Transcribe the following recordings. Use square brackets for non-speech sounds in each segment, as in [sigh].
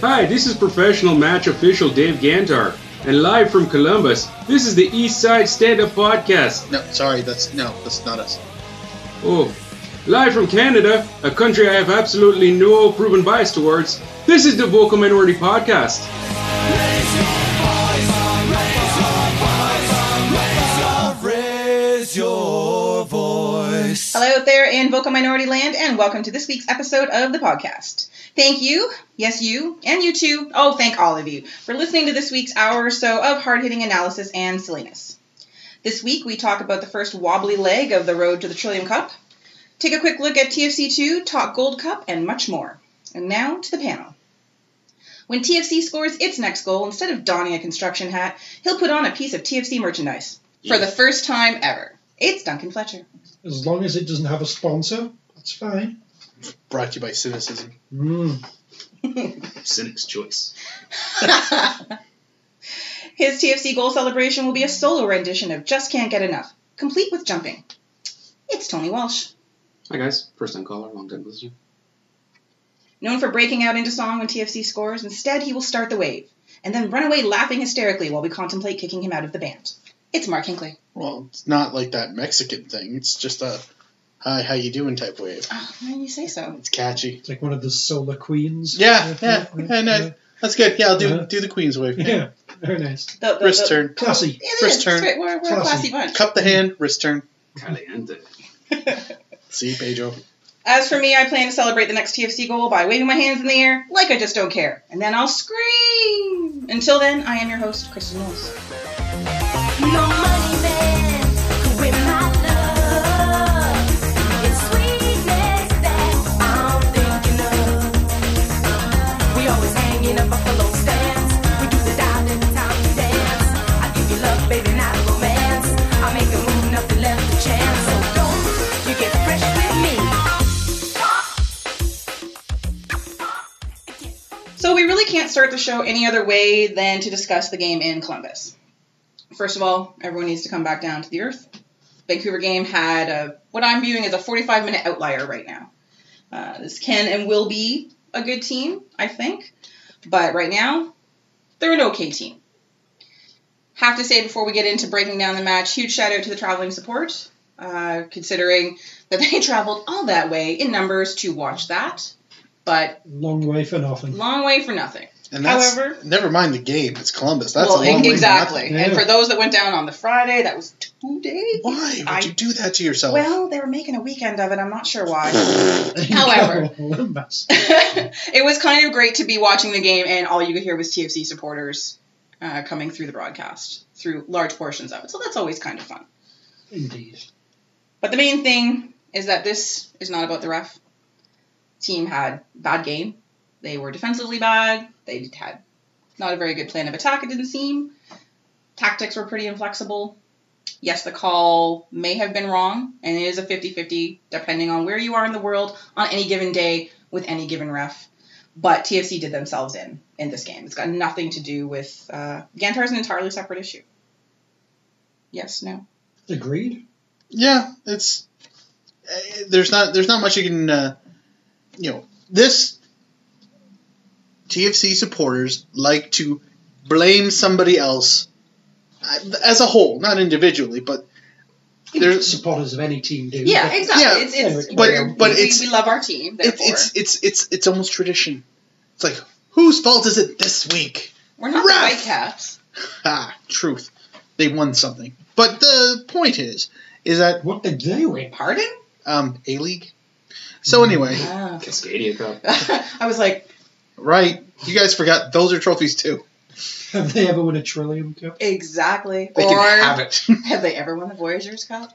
Hi, this is professional match official Dave Gantar, and live from Columbus, this is the East Side Stand Up Podcast. No, sorry, that's no, that's not us. Oh, live from Canada, a country I have absolutely no proven bias towards, this is the Vocal Minority Podcast. Raise your voice. Hello there in vocal minority land, and welcome to this week's episode of the podcast. Thank you, yes, you, and you too, oh, thank all of you, for listening to this week's hour or so of hard hitting analysis and silliness. This week, we talk about the first wobbly leg of the road to the Trillium Cup, take a quick look at TFC2, talk Gold Cup, and much more. And now to the panel. When TFC scores its next goal, instead of donning a construction hat, he'll put on a piece of TFC merchandise for the first time ever. It's Duncan Fletcher. As long as it doesn't have a sponsor, that's fine. Brought to you by cynicism. Mm. [laughs] Cynic's choice. [laughs] His TFC goal celebration will be a solo rendition of Just Can't Get Enough, complete with jumping. It's Tony Walsh, Hi, guys. First time caller, long time listener. known for breaking out into song when TFC scores. Instead, he will start the wave and then run away laughing hysterically while we contemplate kicking him out of the band. It's Mark Hinkley. Well, it's not like that Mexican thing. It's just a hi, how you doing type wave. Oh, why do you say so? It's catchy. It's like one of the solar queens. Yeah, yeah, Mm-hmm. yeah, nice. That's good. Yeah, I'll do Uh-huh. do the Queen's wave. yeah. very nice. The, the, Wrist the- turn. Classy. It is. Wrist It's turn. great. We're, we're a Classy. classy bunch. Cup the hand, wrist turn. Caliente. [laughs] See, Pedro. As for me, I plan to celebrate the next TFC goal by waving my hands in the air like I just don't care. And then I'll scream. Until then, I am your host, Kristen Knowles. No money man could win my love. It's sweetness that I'm thinking of. We always hanging up buffalo stands. We do the dive every time we dance. I give you love, baby, not romance. I make a move, nothing left to chance. So don't you get fresh with me? So we really can't start the show any other way than to discuss the game in Columbus. First of all, everyone needs to come back down to the earth. Vancouver game had a, what I'm viewing as a 45 minute outlier right now. Uh, this can and will be a good team, I think, but right now they're an okay team. Have to say before we get into breaking down the match, huge shout out to the traveling support, uh, considering that they [laughs] traveled all that way in numbers to watch that, but Long way for nothing. [laughs] long way for nothing. And that's However- never mind the game. It's Columbus. That's well, a long e- way to exactly. And Yeah. for those that went down on the Friday, that was two days. nothing. Why would I- you do that to yourself? Well, they were making a weekend of it. I'm not sure why. [laughs] However. Columbus. [laughs] it was kind of great to be watching the game, and all you could hear was TFC supporters uh, coming through the broadcast, through large portions of it. So that's always kind of fun. Indeed. But the main thing is that this is not about the ref. Team had bad game. They were defensively bad. They had not a very good plan of attack. It didn't seem. Tactics were pretty inflexible. Yes, the call may have been wrong, and it is a 50-50 depending on where you are in the world on any given day with any given ref. But TFC did themselves in in this game. It's got nothing to do with uh, Gantar is an entirely separate issue. Yes, no. Agreed. yeah, it's eh, there's not there's not much you can uh, you know this TFC supporters like to blame somebody else uh, as a whole, not individually, but there's Supporters of any team do. Yeah, but exactly. Yeah, it's, it's but- we're- but we, it's- we love our team. it, Therefore, it's it's it's it's almost tradition. It's like whose fault is it this week? we're not Ref! the Whitecaps. Ah, truth, they won something. But the point is, is that What they doing? Pardon? um, a league. So anyway, Cascadia Cup. [laughs] I was like, right? You guys forgot those are trophies too. Have they ever won a Trillium Cup? exactly. They or can have it. [laughs] have they ever won the Voyagers Cup?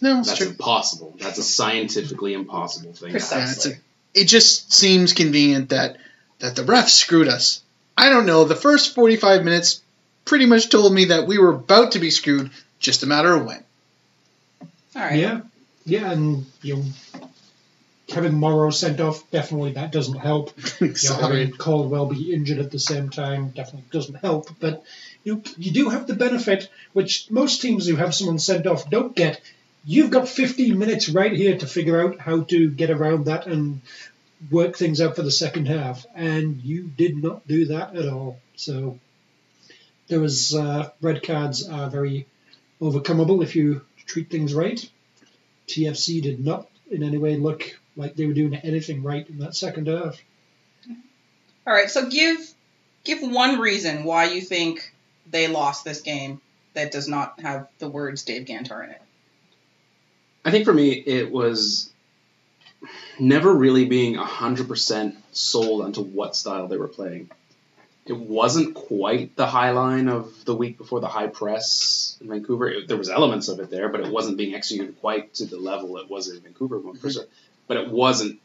no, it's That's true. impossible. That's a scientifically impossible thing. Precise. Yeah, it's a- it just seems convenient that that the ref screwed us. I don't know. The first 45 minutes pretty much told me that we were about to be screwed, just a matter of when. [laughs] All right. Yeah. Yeah, and you know, Kevin Morrow sent off, definitely that doesn't help. you know, Sorry. having Caldwell be injured at the same time definitely doesn't help. But you you do have the benefit, which most teams who have someone sent off don't get. You've got 15 minutes right here to figure out how to get around that and work things out for the second half, and you did not do that at all. So there was uh, red cards are very overcomable if you treat things right. TFC did not in any way look like they were doing anything right in that second half. All right, so give give one reason why you think they lost this game that does not have the words Dave Gantar in it. I think for me, it was never really being 100% sold onto what style they were playing. It wasn't quite the high line of the week before the high press in Vancouver. It- there was elements of it there, but it wasn't being executed quite to the level it was in Vancouver. For sure. But it wasn't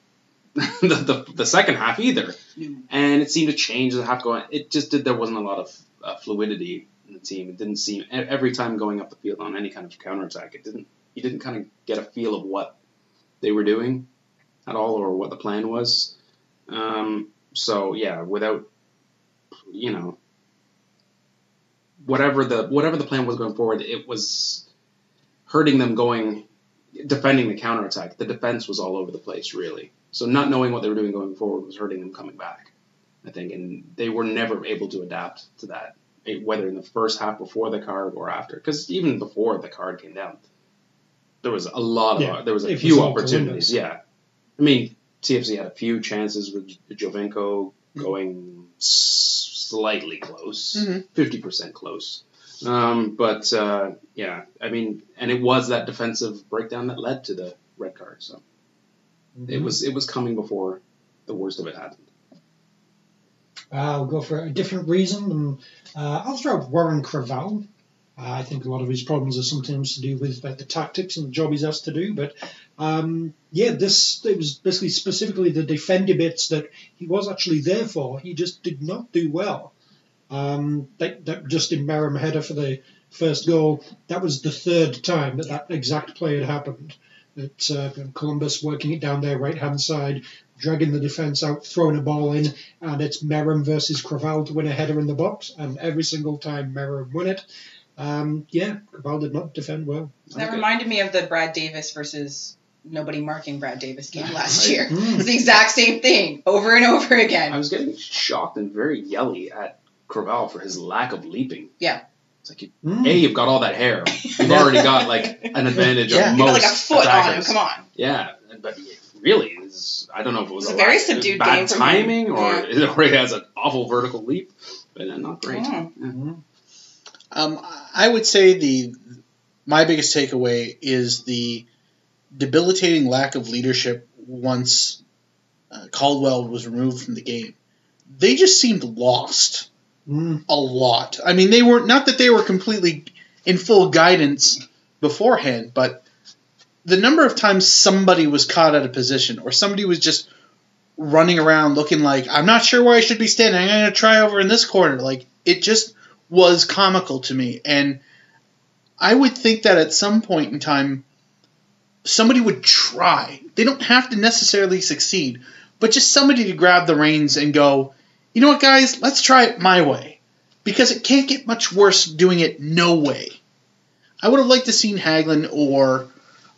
[laughs] the, the, the second half either. No. And it seemed to change the half going. It just did. There wasn't a lot of uh, fluidity in the team. It didn't seem e- every time going up the field on any kind of counterattack. It didn't. You didn't kind of get a feel of what they were doing at all or what the plan was. Um, so yeah, without you know whatever the whatever the plan was going forward, it was hurting them going defending the counterattack. The defense was all over the place really. So not knowing what they were doing going forward was hurting them coming back. I think, and they were never able to adapt to that, eh, whether in the first half before the card or after. Because even before the card came down, there was a lot of Yeah, there was a it was few out the opportunities. window. Yeah, I mean, TFC had a few chances with Jovenko going s- slightly close, Mm-hmm. Mhm. 50 percent close. Um, but uh, yeah, I mean, and it was that defensive breakdown that led to the red card. So it was it was coming before the worst of it happened. I'll Uh, go for a different reason, and uh, I'll throw out Warren Creval. Uh, I think a lot of his problems are sometimes to do with like, the tactics and the job he's asked to do. But um, yeah, this it was basically specifically the defender bits that he was actually there for. He just did not do well. Um, that, that Justin Merrim header for the first goal. That was the third time that that exact play had happened. That uh, Columbus working it down their right hand side, dragging the defence out, throwing a ball in, and it's Merrim versus Craval to win a header in the box, and every single time Merrim won it. Um, yeah, Craval did not defend well. That Okay. reminded me of the Brad Davis versus nobody marking Brad Davis game last Right. year. Mm. It's the exact same thing over and over I again. was getting shocked and very yelly at Creval for his lack of leaping. Yeah. It's like, you, Mm. A, you've got all that hair. [laughs] You've already got, like, an advantage Yeah. of He got most like a foot on him. attackers. Come on. Yeah, but really, it's, I don't know if it was, It was a a very lack- subdued bad game from him. timing or, [laughs] or he has an awful vertical leap, but uh, not great. Mm. Um, I would say the my biggest takeaway is the debilitating lack of leadership once uh, Caldwell was removed from the game. They just seemed lost Mm. a lot. I mean, they were not that they were completely in full guidance beforehand, but the number of times somebody was caught out of position or somebody was just running around looking like I'm not sure where I should be standing. I'm going to try over in this corner. Like it just was comical to me, and I would think that at some point in time, somebody would try. They don't have to necessarily succeed, but just somebody to grab the reins and go, you know what, guys, let's try it my way. Because it can't get much worse doing it no way. I would have liked to seen Haglin or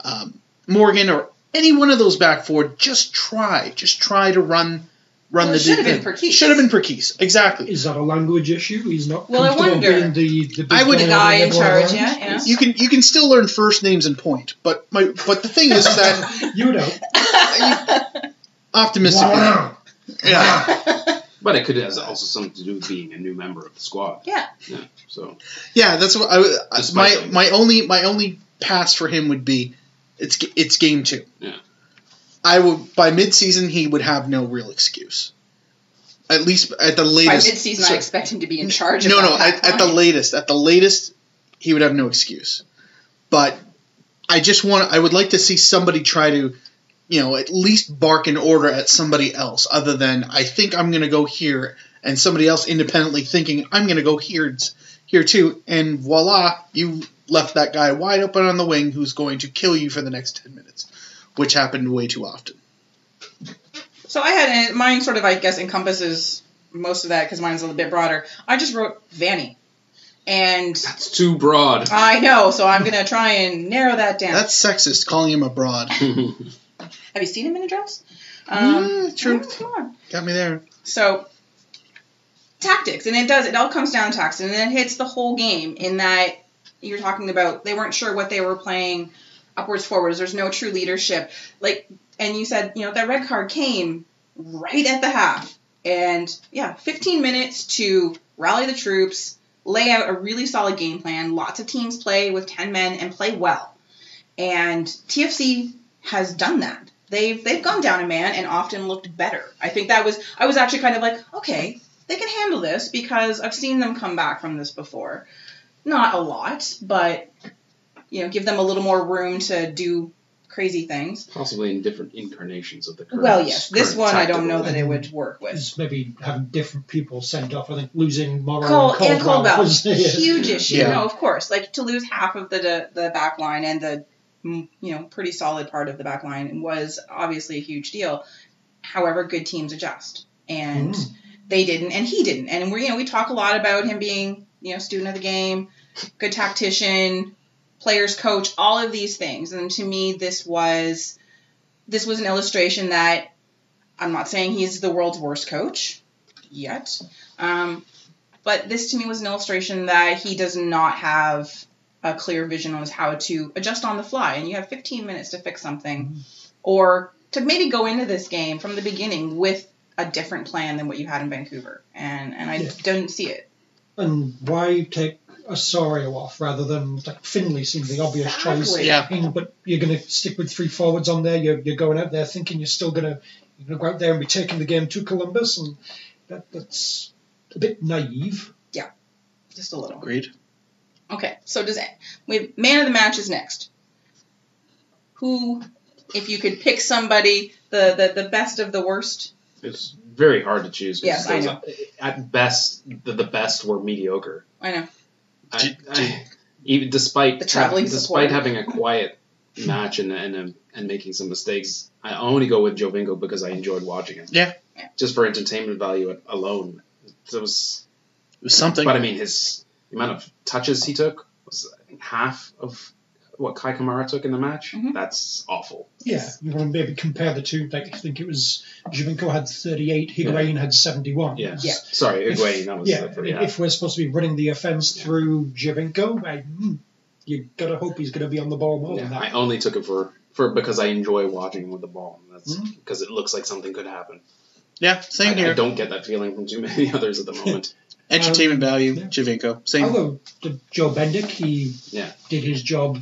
um, Morgan or any one of those back four just try, just try to run, run Well, the it should have been thing. Perkis. Should have been Perkis, exactly. Is that a language issue? He's not Well, I comfortable wonder. being the, the big I would- guy The guy in everyone charge, around? [laughs] yeah, yeah. You can you can still learn first names and point, but my but the thing is [laughs] that You know. [laughs] optimistically, Wow. yeah. But it could have also something to do with being a new member of the squad. Yeah. Yeah. So, Yeah, that's what I, I- Despite my them. my only my only pass for him would be it's g- it's game two. Yeah. I would by midseason he would have no real excuse. At least at the By latest. midseason, I so- expect him to be in charge. no, of no. that At, at the latest, at the latest, he would have no excuse. But I just want. I would like to see somebody try to, you know, at least bark an order at somebody else, other than I think I'm going to go here, and somebody else independently thinking I'm going to go here, t- here too, and voila, you left that guy wide open on the wing who's going to kill you for the next ten minutes, which happened way too often. So I had in, mine sort of, I guess, encompasses most of that because mine's a little bit broader. I just wrote Vanny, and it's too broad. I know, so I'm gonna try and narrow that down. That's sexist, calling him a broad. Have you seen him in a dress? Um, Mm, true. yeah, come on. Got me there. So tactics, and it does. It all comes down to tactics, and it hits the whole game. In that you're talking about, they weren't sure what they were playing. Upwards, forwards. There's no true leadership. Like, and you said, you know, that red card came right at the half, and yeah, 15 minutes to rally the troops, lay out a really solid game plan. Lots of teams play with 10 men and play well, and TFC has done that. They've they've gone down a man and often looked better. I think that was I was actually kind of like, okay, they can handle this because I've seen them come back from this before. Not a lot, but you know, give them a little more room to do crazy things. Possibly in different incarnations of the current. well, yes, this current one I don't tactical know that thing. it would work with. Is maybe having different people sent off. I think losing Morrow Cole and Caldwell. and Colbell, was- huge issue. [laughs] Yeah. No, of course, like to lose half of the the back line and the mm, you know pretty solid part of the back line was obviously a huge deal. However, good teams adjust, and Mm. they didn't, and he didn't, and we you know we talk a lot about him being you know student of the game, good tactician, players coach, all of these things, and to me this was this was an illustration that I'm not saying he's the world's worst coach yet. Um, but this to me was an illustration that he does not have a clear vision on how to adjust on the fly. And you have 15 minutes to fix something or to maybe go into this game from the beginning with a different plan than what you had in Vancouver. And, and I Yeah. didn't see it. And why take Osorio off rather than like Finley seemed the obvious choice. Exactly. Yeah. I mean, but you're going to stick with three forwards on there. You're, you're going out there thinking you're still going to you're going to go out there and be taking the game to Columbus, and that, that's a bit naive. Just a little. Agreed. Okay, so does we man of the match is next. Who, if you could pick somebody, the, the, the best of the worst? It's very hard to choose. because Yes, I those- uh, At best, the, the best were mediocre. I know. I- Did- I- even despite The traveling despite support. having a quiet match and and um, and making some mistakes, I only go with Jovinko because I enjoyed watching him. Yeah. Yeah. Just for entertainment value alone, it was. It was something. But I mean, his the amount of touches he took was I think, half of what Kai Kamara took in the match. Mhm. That's awful. Yeah, you want to maybe compare the two. Like I think it was Juvinko had 38, Higuain had 71. Yeah. Yeah. Sorry, If- Iguain. That was yeah, the- if- if we're supposed to be running the offence through Javinko, I, hmm, you gotta hope he's gonna be on the ball more Yeah, than I that. only took it for, for because I enjoy watching him with the ball. That's Mhm. because it looks like something could happen. yeah, same I, I here. don't get that feeling from too many [laughs] [laughs] others at the moment. Entertainment value, Um, yeah. Javinko. Same. Although the- Joe Bendick, he Yeah. did his job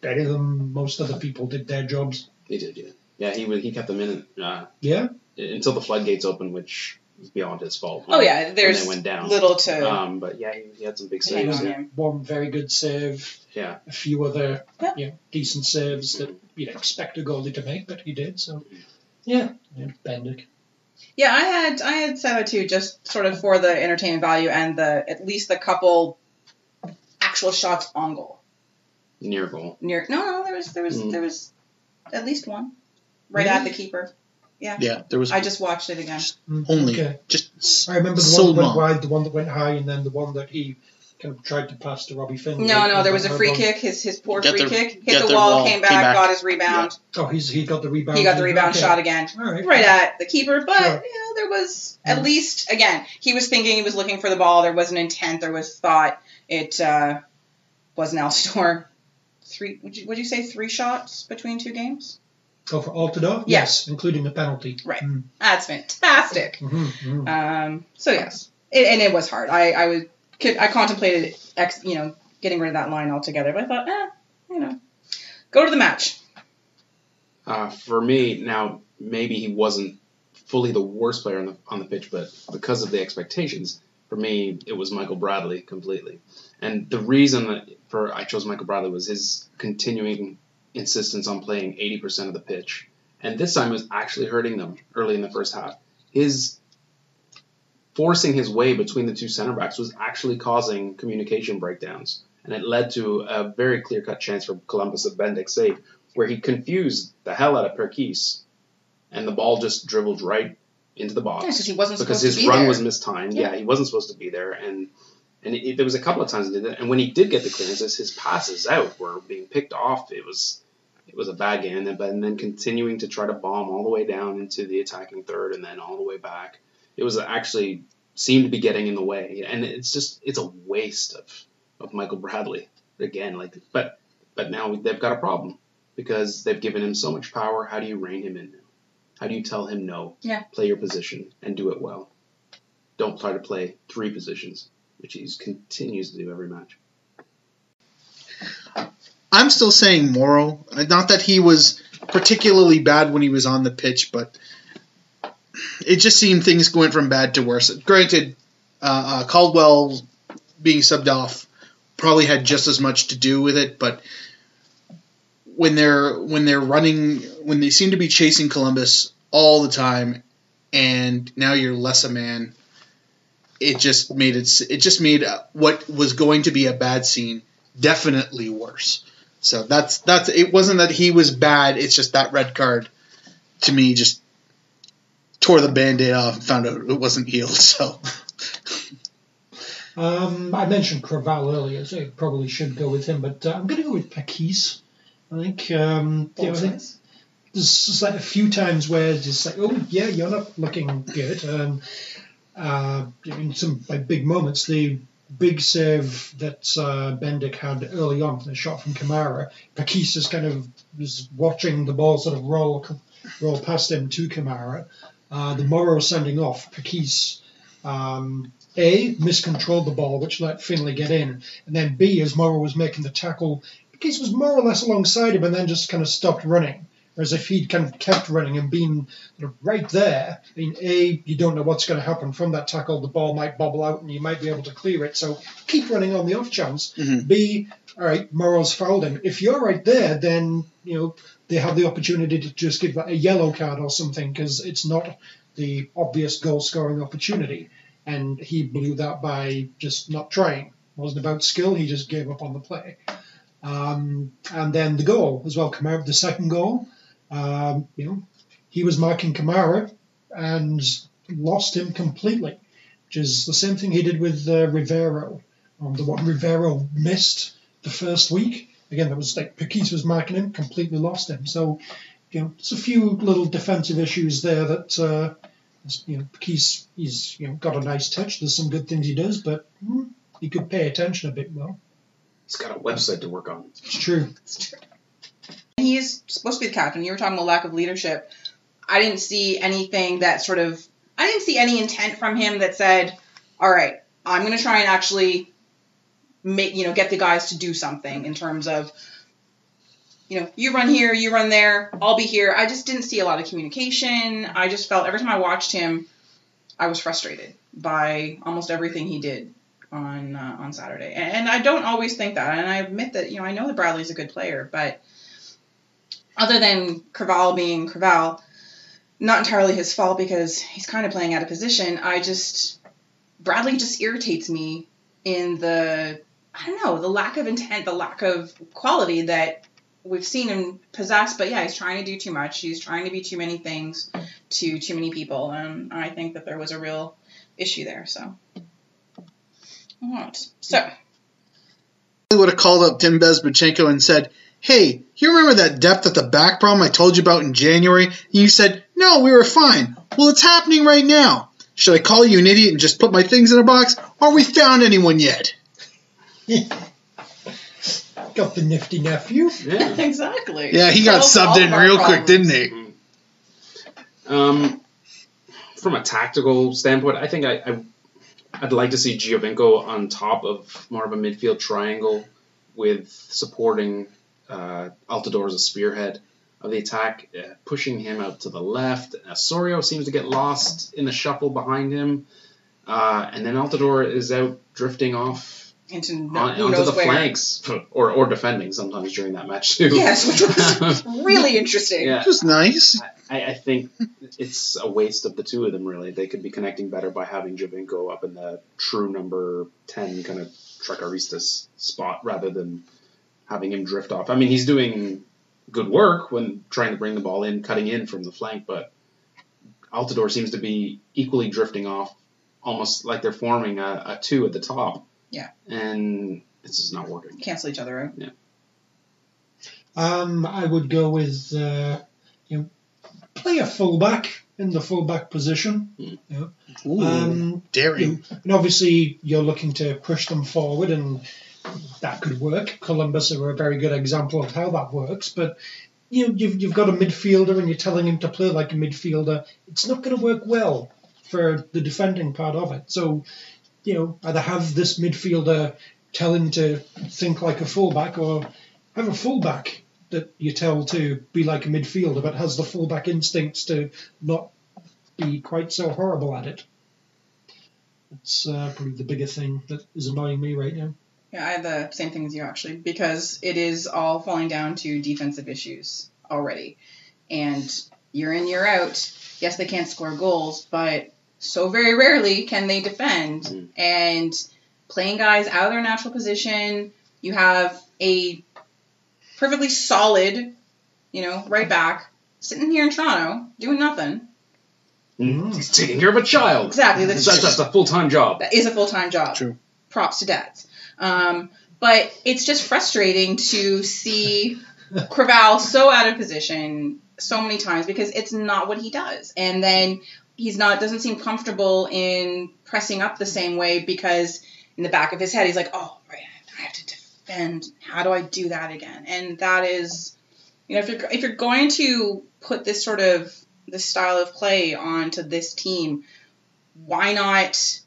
better than most other people did their jobs. he did, yeah, yeah. He would, he kept them in uh, Yeah, until the floodgates opened, which was beyond his fault. Oh, yeah, there's they went down. little to Um, but yeah, he, he had some big hang saves. on Yeah. him. one very good save, yeah, a few other Yeah. you know, decent saves that you'd expect a goalie to make, but he did. So yeah, yeah Bendick. Yeah, I had I had Seba too, just sort of for the entertainment value and the at least the couple actual shots on goal. near goal. Near no, no, there was there was Hmm. Mm. there was at least one right at the keeper. Yeah, there was I just watched it again. Mm, only Okay. just I remember the so one that went long. wide, the one that went high, and then the one that he kind of tried to pass to Robbie Finley. No, no, there was a That free one- kick. His his poor Hmm. Got free the- kick hit got the the wall, wall, came back, came back. got his rebound. Oh, he's, he got the rebound. He got the rebound Okay. shot again, All right. right at the keeper. But Sure. you know, there was Mm. at least again he was thinking, he was looking for the ball. There was an intent, there was thought. It uh, was an Alstor three. Would you, would you say three shots between two games? Go for Altidore? Yeah. Yes, including the penalty. Right. Mm, That's fantastic. mhm, mhm. Um, so yes, it, and it was hard. I I was I contemplated ex, you know getting rid of that line altogether, but I thought, eh, you know, go to the match. Uh, for me, now maybe he wasn't fully the worst player on the on the pitch, but because of the expectations, for me it was Michael Bradley completely. And the reason that for I chose Michael Bradley was his continuing insistence on playing 80% of the pitch, and this time it was actually hurting them early in the first half. His forcing his way between the two center backs was actually causing communication breakdowns, and it led to a very clear cut chance for Columbus of Bendik's save where he confused the hell out of Perkis, and the ball just dribbled right into the box because he wasn't because supposed his to be run there. was mistimed. Yeah. he wasn't supposed to be there, and and it, there was a couple of times he did that. And when he did get the clearances, his passes out were being picked off. It was It was a bad game, and then, but- and then continuing to try to bomb all the way down into the attacking third, and then all the way back. It was actually seemed to be getting in the way, and it's just it's a waste of of Michael Bradley again. Like, but but now they've got a problem because they've given him so much power. How do you rein him in now? How do you tell him no? Yeah. Play your position and do it well. Don't try to play three positions, which he continues to do every match. I'm still saying Morrow. Not that he was particularly bad when he was on the pitch, but it just seemed things went from bad to worse. Granted, uh, uh, Caldwell being subbed off probably had just as much to do with it, but when they're when they're running when they seem to be chasing Columbus all the time, and now you're less a man. It just made it. It just made uh, what was going to be a bad scene definitely worse. So that's that's it wasn't that he was bad, it's just that red card to me just tore the band-aid off and found out it wasn't healed. [laughs] So Um, I mentioned Craval earlier, so I probably should go with him, but uh, I'm going to go with Pakis. I think, um, you know, I think there's just like a few times where it's just like, oh yeah, you're not looking good. Um, uh, in some like big moments, the big save that uh, Bendick had early on, the shot from Kamara, Pakis is kind of was watching the ball sort of roll roll past him to Kamara. Uh, the Morrow sending off, Pakis. Um, a, miscontrolled the ball, which let Finley get in. And then B, as Morrow was making the tackle, Case was more or less alongside him and then just kind of stopped running. Whereas if he'd kind of kept running and been sort of right there, I mean, A, you don't know what's going to happen from that tackle. The ball might bobble out and you might be able to clear it. So keep running on the off chance. Mhm. B, all right, Morrow's fouled him. If you're right there, then, you know, they have the opportunity to just give that a yellow card or something because it's not the obvious goal scoring opportunity and he blew that by just not trying. It wasn't about skill, he just gave up on the play. Um, and then the goal as well, Kamara, the second goal, um, you know, he was marking Kamara and lost him completely, which is the same thing he did with uh, Rivero. Um, the one Rivero missed the first week, again, that was like Piquet was marking him, completely lost him. So, you know, it's a few little defensive issues there that. Uh, it's, you know, he's he's you know got a nice touch. There's some good things he does, but hmm, he could pay attention a bit more. He's got a website to work on. It's true. [laughs] And he is supposed to be the captain. You were talking about lack of leadership. I didn't see anything that sort of. I didn't see any intent from him that said, "All right, I'm going to try and actually make you know get the guys to do something in terms of." You know, you run here, you run there. I'll be here. I just didn't see a lot of communication. I just felt every time I watched him, I was frustrated by almost everything he did on uh, on Saturday. And, and I don't always think that. And I admit that you know I know that Bradley's a good player, but other than Craval being Craval, not entirely his fault because he's kind of playing out of position. I just Bradley just irritates me in the I don't know the lack of intent, the lack of quality that we've seen him possess. But yeah, he's trying to do too much. He's trying to be too many things to too many people, and I think that there was a real issue there. So. Alright. So, I would have called up Tim Bezbachenko and said, Hey, you remember that depth at the back problem I told you about in January? And you said, No, we were fine. Well it's happening right now. Should I call you an idiot and just put my things in a box? Or we found anyone yet? Got the nifty nephew. Yeah. [laughs] exactly. Yeah, he got Solves all subbed in of our real quick, problems. didn't he? Um, from a tactical standpoint, I think I, I I'd like to see Giovinco on top of more of a midfield triangle with supporting uh, Altidore as a spearhead of the attack, uh, pushing him out to the left. Osorio seems to get lost in the shuffle behind him, uh, and then Altidore is out drifting off Into no, on, who onto knows the where. flanks [laughs] or, or defending sometimes during that match too. Yes, which [laughs] was really interesting. yeah, Which was nice. I, I think it's a waste of the two of them, really. They could be connecting better by having Jovinko up in the true number 10 kind of Trecarista s- spot rather than having him drift off. I mean, he's doing good work when trying to bring the ball in, cutting in from the flank, but Altidore seems to be equally drifting off, almost like they're forming a, a two at the top. Yeah. And it's just not working. Cancel each other out. Um, I would go with uh, you know, play a fullback in the fullback position. You know. Ooh, Um, daring. and obviously, you're looking to push them forward, and that could work. Columbus are a very good example of how that works. But you know, you've, you've got a midfielder, and you're telling him to play like a midfielder. It's not going to work well for the defending part of it. So, you know, either have this midfielder tell him to think like a fullback, or have a fullback that you tell to be like a midfielder, but has the fullback instincts to not be quite so horrible at it. It's uh, probably the bigger thing that is annoying me right now. Yeah, I have the same thing as you actually, because it is all falling down to defensive issues already. And year in, year out, yes, they can't score goals, but so very rarely can they defend. Mm. And playing guys out of their natural position, you have a perfectly solid, you know, right back sitting here in Toronto doing nothing. Mm, He's taking care of a child. Exactly. That's That's, that's a full time job. that is a full time job. True. Props to dads. Um, but it's just frustrating to see Craval so out of position so many times because it's not what he does. And then he's not doesn't seem comfortable in pressing up the same way because in the back of his head he's like, oh right, I have to defend. How do I do that again? And that is, you know, if you're if you're going to put this sort of this style of play onto this team, why not?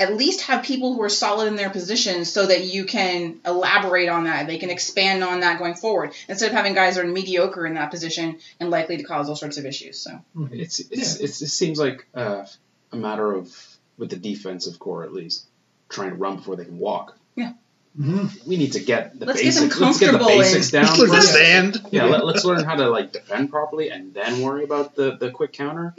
at least have people who are solid in their position so that you can elaborate on that. They can expand on that going forward instead of having guys who are mediocre in that position and likely to cause all sorts of issues. So, It's, it's, it's, it seems like uh, a matter of, with the defensive core at least, trying to run before they can walk. Mm-hmm. We need to get the Let's get basics. them let's get the comfortable [laughs] and- basics down. Just learn to first. stand. Yeah, let, let's learn how to like defend properly and then worry about the, the quick counter.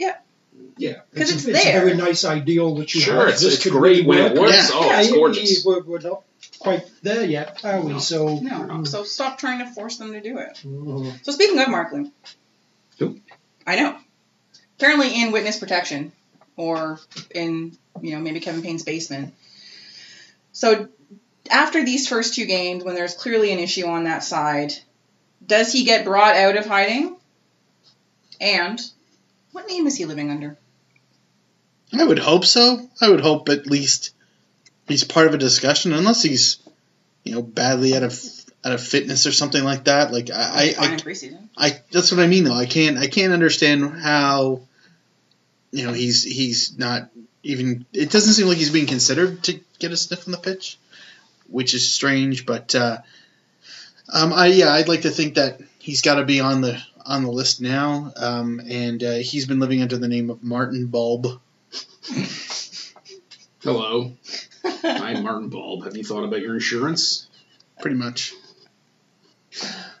Yeah, 'Cause it's a, it's a there. very nice ideal that you Sure, have. it's, This it's could really great when work. it works. Yeah. Oh, yeah, it's you- gorgeous. you- we're, we're not quite there yet, are we? No. So no, mm, so stop trying to force them to do it. mm, So, speaking of Markland, Who? I know. Apparently, in witness protection or in, you know, maybe Kevin Payne's basement. So, after these first two games, when there's clearly an issue on that side, does he get brought out of hiding? And what name is he living under? I would hope so. I would hope at least he's part of a discussion, unless he's, you know, badly out of out of fitness or something like that. Like I, Fine I, in preseason. I, I that's what I mean though. I can't, I can't understand how, you know, he's he's not even. It doesn't seem like he's being considered to get a sniff on the pitch, which is strange. But uh, um, I yeah, I'd like to think that he's got to be on the on the list now. Um, and uh, he's been living under the name of Martin Bulb. Hello, [laughs] I'm Martin Bulb. Have you thought about your insurance? Pretty much.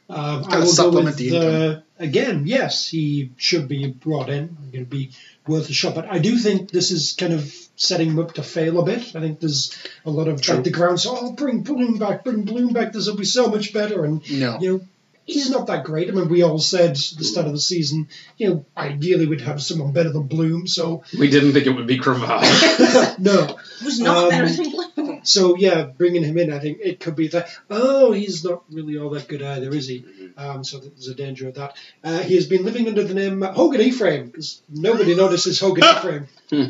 um, Gotta I will Uh, go supplement with the the, again. Yes, he should be brought in. It'd be worth a shot, but I do think this is kind of setting him up to fail a bit. I think there's a lot of True. like the grounds. Oh, bring Bloom back, bring Bloom back. This will be so much better, and No. you know, he's not that great. I mean, we all said at the start of the season, you know, ideally we'd have someone better than [laughs] Bloom. So We didn't think it would be Craval. [laughs] no, Who's not Um, better than Blue? so yeah, bringing him in, I think it could be that. Oh, he's not really all that good either, is he? Mm-hmm. Um, so there's a danger of that. Uh, he has been living under the name Hogan Ephraim because nobody [laughs] notices Hogan Ephraim. [laughs] I'm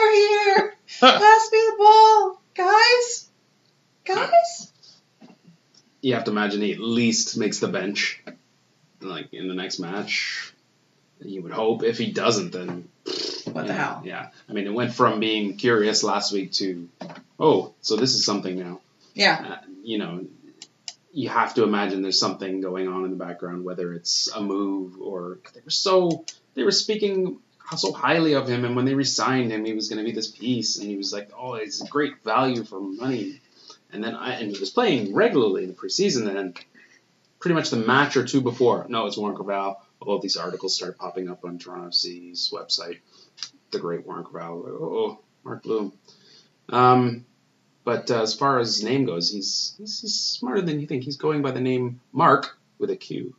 over here. Pass me the ball, guys. Guys. you have to imagine he at least makes the bench, like in the next match. You would hope. If he doesn't, then What the yeah, hell? Yeah, I mean, it went from being curious last week to, oh, so this is something now. Yeah. Uh, you know, you have to imagine there's something going on in the background, whether it's a move or they were so they were speaking so highly of him, and when they resigned him, he was going to be this piece, and he was like, oh, it's a great value for money. And then I and he was playing regularly in the preseason, and then pretty much the match or two before, no, it's Warren Corval. All of these articles started popping up on Toronto FC's website. The great Warren Corval. Oh, Mark Bloom. Um, but uh, as far as name goes, he's, he's he's smarter than you think. He's going by the name Mark with a Q,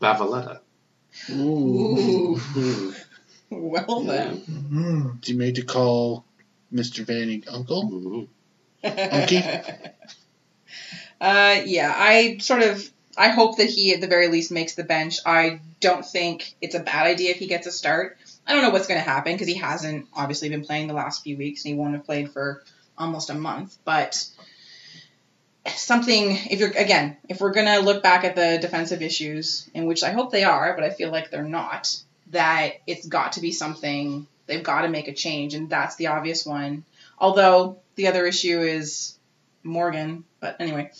Bavaletta. Ooh. Hmm. [laughs] Well then. Mm. You made to call Mr. Vanning uncle? Mhm. [laughs] Unky? Uh, yeah, I sort of I hope that he at the very least makes the bench. I don't think it's a bad idea if he gets a start. I don't know what's going to happen because he hasn't obviously been playing the last few weeks and he won't have played for almost a month. But something, if you're again, if we're going to look back at the defensive issues, in which I hope they are, but I feel like they're not, that it's got to be something. They've got to make a change, and that's the obvious one. Although the other issue is Morgan, but anyway,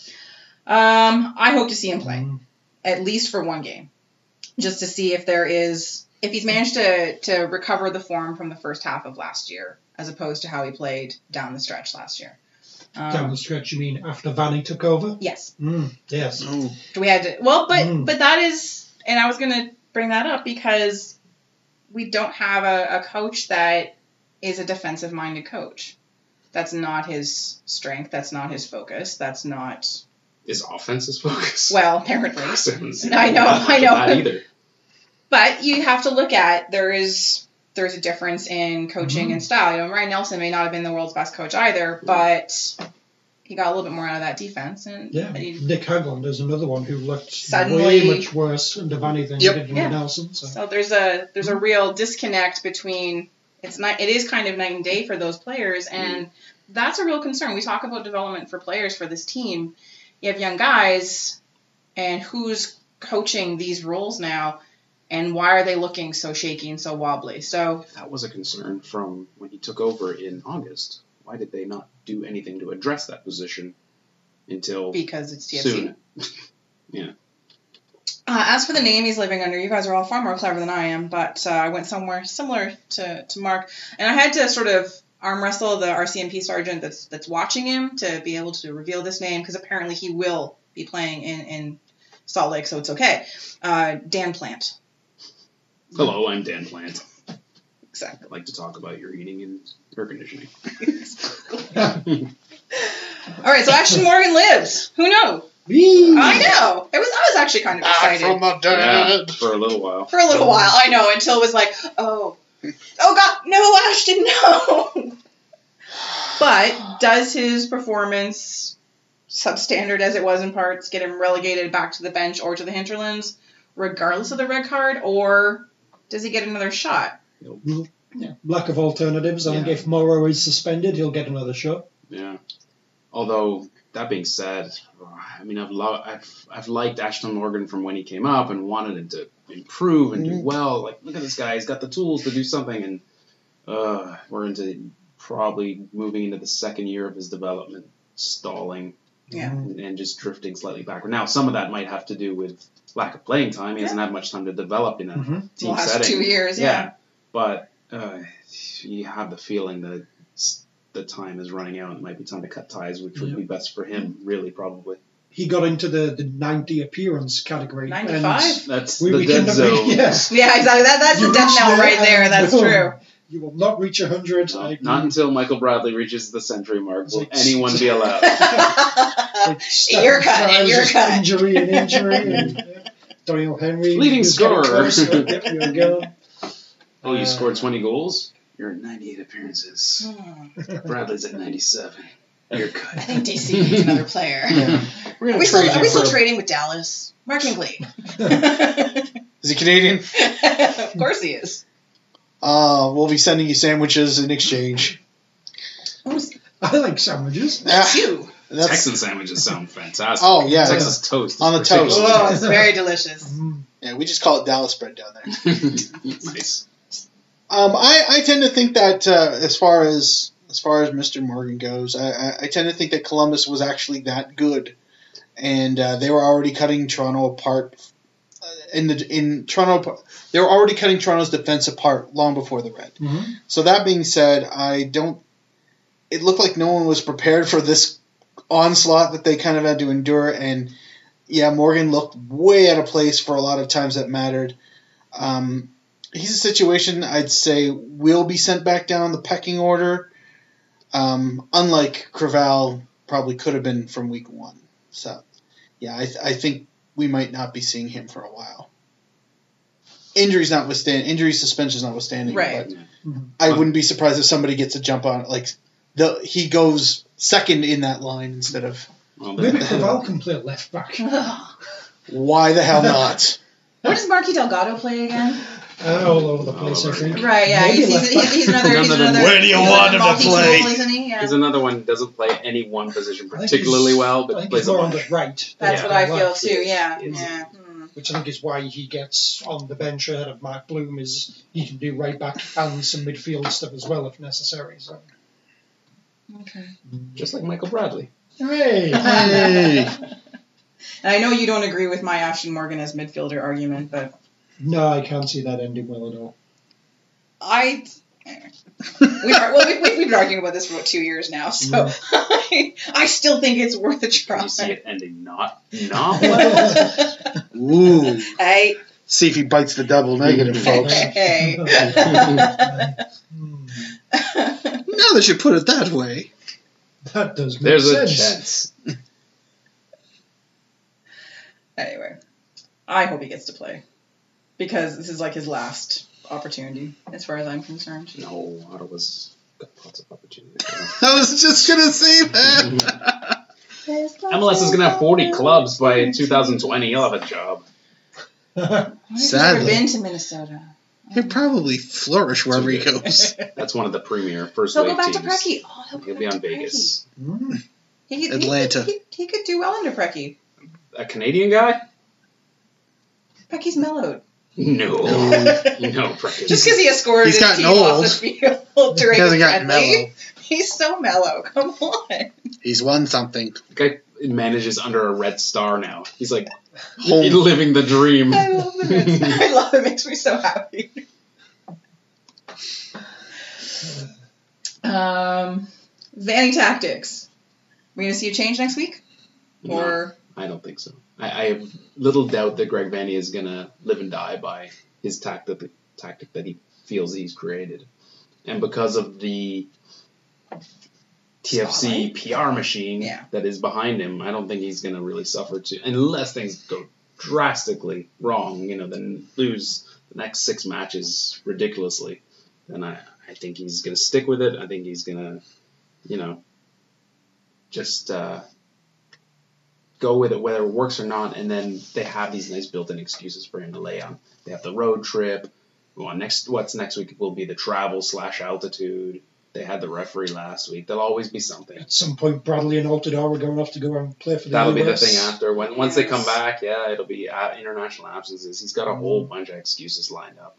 um, I hope to see him play at least for one game, just to see if there is if he's managed to to recover the form from the first half of last year, as opposed to how he played down the stretch last year. Down Um, the stretch, you mean after Vanny took over? yes, Mm, yes. Oh, we had to, well, but Mm. but that is, and I was gonna bring that up because we don't have a, a coach that is a defensive minded coach. That's not his strength. That's not his focus. That's not Is offense his focus? [laughs] well, apparently. I I know, know, I know. That either. But you have to look at there is there's a difference in coaching and style. You know, Ryan Nelson may not have been the world's best coach either, but he got a little bit more out of that defense, and Yeah, he- Nick Hagland is another one who looked Suddenly- way much worse under Vanny than Yep. he did under Yeah. Nelson. So. so there's a there's a real disconnect between it's not it is kind of night and day for those players, and that's a real concern. We talk about development for players for this team. You have young guys, and who's coaching these roles now, and why are they looking so shaky and so wobbly? So That was a concern from when he took over in August. Why did they not do anything to address that position until because it's TFC. soon? Uh, as for the name he's living under, you guys are all far more clever than I am, but uh, I went somewhere similar to, to Mark, and I had to sort of arm wrestle the RCMP sergeant that's that's watching him to be able to reveal this name because apparently he will be playing in, in Salt Lake, so it's okay. Uh, Dan Plant, Hello, I'm Dan Plant. exactly. I'd like to talk about your eating and air [laughs] conditioning. All right, so Ashton Morgan lives. Who knew? I know. It was Ah, I was actually kind of Ah, excited. the Yeah, for a little while. for a little while. I know until it was like, oh, oh God, no, Ashton, no. [laughs] but does his performance, substandard as it was in parts, get him relegated back to the bench or to the hinterlands, regardless of the red card, or does he get another shot? Lack of alternatives. I think Yeah. if Morrow is suspended, he'll get another shot. Yeah. Although that being said, I mean, I've lo- I've I've liked Ashton Morgan from when he came up and wanted him to improve and Mm-hmm. do well. Like, look at this guy; he's got the tools to do something. And uh, we're into probably moving into the second year of his development, stalling Yeah. and, and just drifting slightly backward. Now, some of that might have to do with lack of playing time. He hasn't had much time to develop in a Mhm. team the Mm-hmm. last setting. two years, Yeah. yeah. But uh, you have the feeling that it's, the time is running out. It might be time to cut ties, which would be best for him, really, probably. He got into the, the 90 appearance category. and 95? That's We, the we dead can [laughs] zone. [laughs] Yes. Yeah, exactly. That, that's You the death reached knell there right there. and That's boom. [laughs] true. [laughs] You will not reach 100. No, I- not until Michael Bradley reaches the century mark will Like- anyone be allowed. [laughs] like Stefan You're cut, Fry was you're just cut. Injury and [laughs] injury. and, yeah. Daniel Henry. Leading was getting scorer. close, but yep, [laughs] you were going. oh, you Uh, scored 20 goals? You're at [laughs] 98 appearances. Hmm. Bradley's at 97. You're I cut. think DC needs another player. We're Are gonna we still, trade are you we for still a- trading with Dallas? Mark Ingley. Is he Canadian? of course he is. Uh, we'll be sending you sandwiches in exchange. Who's [laughs] I like sandwiches. Ah, you? that's Texan sandwiches sound fantastic. oh yeah, that's- Texas toast. is On the toast. particularly- Oh, it's very delicious. Mm. yeah. We just call it Dallas bread down there. [laughs] nice. Um, I, I tend to think that uh, as far as as far as Mr. Morgan goes, I, I, I tend to think that Columbus was actually that good, and uh, they were already cutting Toronto apart. uh, In the in Toronto, they were already cutting Toronto's defense apart long before the red. Mhm. So that being said, I don't. It looked like no one was prepared for this onslaught that they kind of had to endure, and yeah, Morgan looked way out of place for a lot of times that mattered. Um, he's a situation I'd say will be sent back down the pecking order. Um, unlike Craval, probably could have been from week one. So, yeah, I, th- I think we might not be seeing him for a while. Injuries notwithstanding, injury suspensions notwithstanding, Right. but Mhm. I wouldn't be surprised if somebody gets a jump on it. Like the he goes second in that line instead of Well, Maybe then- Craval can play left back. Ugh. Why the hell not? Where does Marky Delgado play again? Uh, all over the place, Oh, I think. Right, yeah, Maybe he's, he's, left he's, he's another. He's Another another. Where do you he's want him to another play? multi-tool, Isn't he? Yeah. He's another one who doesn't play any one position I think particularly he's- well, I but think plays he's a more on bunch. the right. That's Yeah. what I feel Left too. is- Yeah, is- yeah. Hmm. Which I think is why he gets on the bench ahead of Mark Bloom is he can do right back and some midfield stuff as well if necessary. So. Okay. Just like Michael Bradley. Hooray! Hey. [laughs] And I know you don't agree with my Ashton Morgan as midfielder argument, but No, I can't see that ending well at all. I. [laughs] we are, well, we, we've been arguing about this for about two years now, so I, still think it's worth a try. You see it ending not [laughs] not well. I [laughs] Ooh. See if he bites the double Mm. negative, folks. hey. Hmm, [laughs] [laughs] Now that you put it that way, that does make There's a sense. chance. anyway, I hope he gets to play because this is like his last opportunity, as far as I'm concerned. No, Ottawa's got lots of opportunities. I was just gonna say that. MLS is gonna have 40 clubs by 2020. You'll have a job. I've never Sadly. been to Minnesota. [laughs] He'll probably flourish wherever he goes. That's one of the premier first So wave go back teams. to Preki. Oh, he'll, He'll go be back on to Preki. Vegas. Hmm, He, he- he- Atlanta. He, he could do well under Preki. A Canadian guy? Preki's [laughs] mellowed. No, [laughs] no, No. Preki. Just because he has scored He's his gotten team off old. the field [laughs] during He hasn't the gotten friendly. mellow. [laughs] He's so mellow. Come on. He's won something. The guy manages under a red star now. He's like Home. living [laughs] the dream. I love [laughs] it. I love it. Makes me so happy. Um, Vanny Tactics. We gonna see a change next week, No, or I don't think so. I, I have little doubt that Greg Vanny is gonna live and die by his tactic tactic that he feels he's created. And because of the TFC PR machine Yeah. that is behind him, I don't think he's gonna really suffer too unless things go drastically wrong, you know, then lose the next six matches ridiculously. Then I, I think he's gonna stick with it. I think he's gonna, you know, just uh go with it whether it works or not and then they have these nice built-in excuses for him to lay on they have the road trip well, next what's next week will be the travel slash altitude they had the referee last week there'll always be something [laughs] At some point, Bradley and Altidore are going off to go and play for the that'll be the US. thing after when once they come Yes. back yeah it'll be uh, international absences he's got a whole bunch of excuses lined up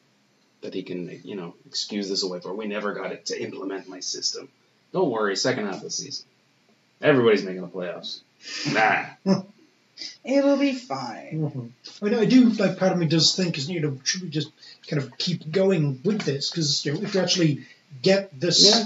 that he can you know excuse this away for we never got it to implement my system don't worry second half of the season everybody's making the playoffs nah it'll be fine. Mhm. I mean, I do like part of me does think is you know should we just kind of keep going with this because you know if we actually get this Yeah.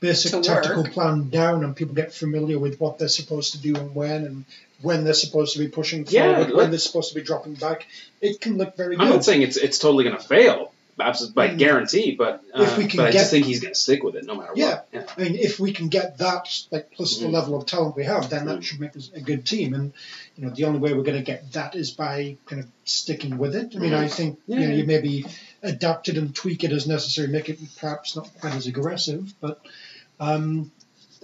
basic To tactical work. plan down and people get familiar with what they're supposed to do and when and when they're supposed to be pushing Yeah, forward, look- when they're supposed to be dropping back, it can look very I'm good. not saying it's it's totally going to fail, absolutely by Mm. guarantee, but uh, If we can but I get- just think he's going to stick with it no matter Yeah. what. Yeah. I mean, if we can get that, like plus the Mm. level of talent we have, then that Mm. should make us a good team. And you know, the only way we're going to get that is by kind of sticking with it. I mean, I think you know Mm-hmm. Yeah. you maybe adapt it and tweak it as necessary, make it perhaps not quite as aggressive, but um,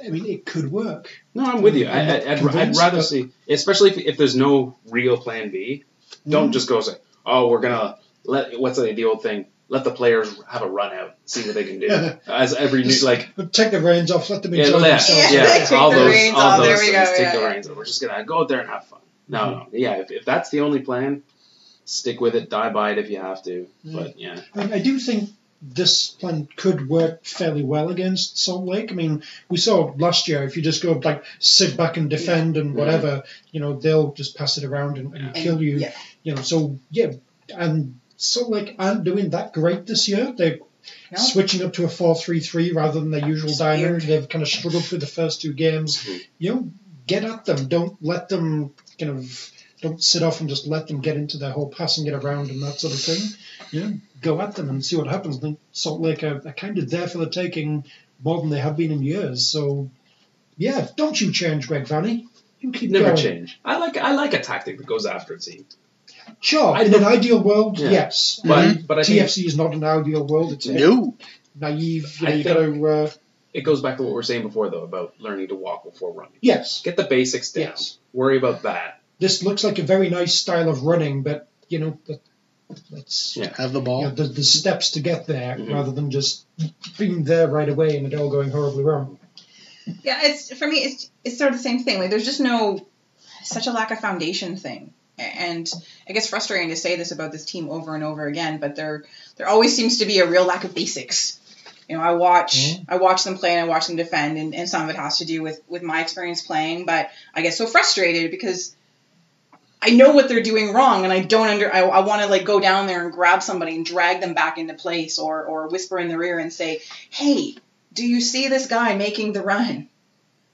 I mean, it could work. No, I'm with you. I'm I, I, not I'd, I'd convinced, rather but- see, especially if, if there's no real plan B. Mm. Don't just go say, oh, we're going to let what's the, the old thing. Let the players have a run out, see what they [laughs] can do. As every new, like But take the reins off, let them yeah, enjoy yeah, themselves. yeah, Take all the those, reins all off. those There we things. go, Take yeah, the yeah. reins. We're just gonna go out there and have fun. Mm-hmm. No, no, yeah. If, if that's the only plan, stick with it. Die by it if you have to. But yeah, I, mean, I do think this plan could work fairly well against Salt Lake. I mean, we saw last year if you just go like sit back and defend and whatever, you know, they'll just pass it around and, and Yeah. kill you. Yeah. You know, so yeah, and Salt Lake aren't doing that great this year. They're No. switching up to a four-three-three rather than their usual It's dynamic. weird. They've kind of struggled through the first two games. Mhm. You know, get at them. Don't let them kind of don't sit off and just let them get into their whole passing it around and that sort of thing. You know, go at them and see what happens. I think Salt Lake are, are kind of there for the taking more than they have been in years. So, yeah, don't you change, Greg Vanny. You keep never going. change. I like I like a tactic that goes after a team. Sure, I in don't- an ideal world, Yeah. yes. Mm-hmm. But I mean, but I think TFC is not an ideal world. It's No. naive. You I know, you got think- to uh, it goes back to what we were saying before though about learning to walk before running. yes. Get the basics down. Yes. Worry about that. this looks like a very nice style of running, but you know, that, that's Yeah. Have the you know, ball. the, the steps to get there Mhm. rather than just being there right away and it all going horribly wrong. Yeah, it's for me. It's it's sort of the same thing. Like there's just no such a lack of foundation thing, A- and it gets frustrating to say this about this team over and over again. But there there always seems to be a real lack of basics. You know, I watch Mhm. I watch them play and I watch them defend, and, and some of it has to do with with my experience playing. But I get so frustrated because. I know what they're doing wrong, and I don't under. I, I want to like go down there and grab somebody and drag them back into place, or or whisper in their ear and say, "Hey, do you see this guy making the run?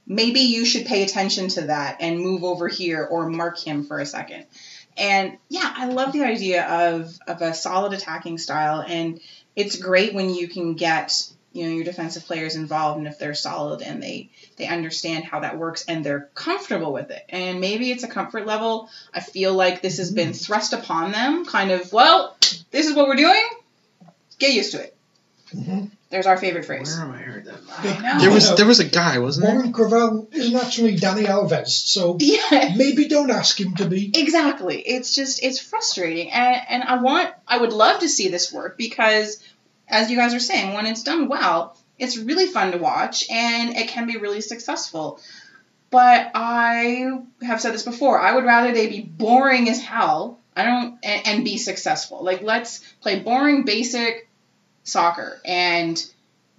Maybe you should pay attention to that and move over here or mark him for a second. And yeah, I love the idea of of a solid attacking style and it's great when you can get, you know, your defensive players involved and if they're solid and they they understand how that works and they're comfortable with it. And maybe it's a comfort level. I feel like this has been thrust upon them kind of, well, this is what we're doing. Get used to it. Mhm. There's our favorite phrase. Where have I heard that? I know. There was there was a guy, wasn't there? Warren Gravel isn't actually Danny Alves, so [laughs] yeah maybe don't ask him to be. exactly it's just it's frustrating and and i want i would love to see this work because as you guys are saying when it's done well it's really fun to watch and it can be really successful but i have said this before i would rather they be boring as hell i don't and, and be successful like let's play boring basic soccer and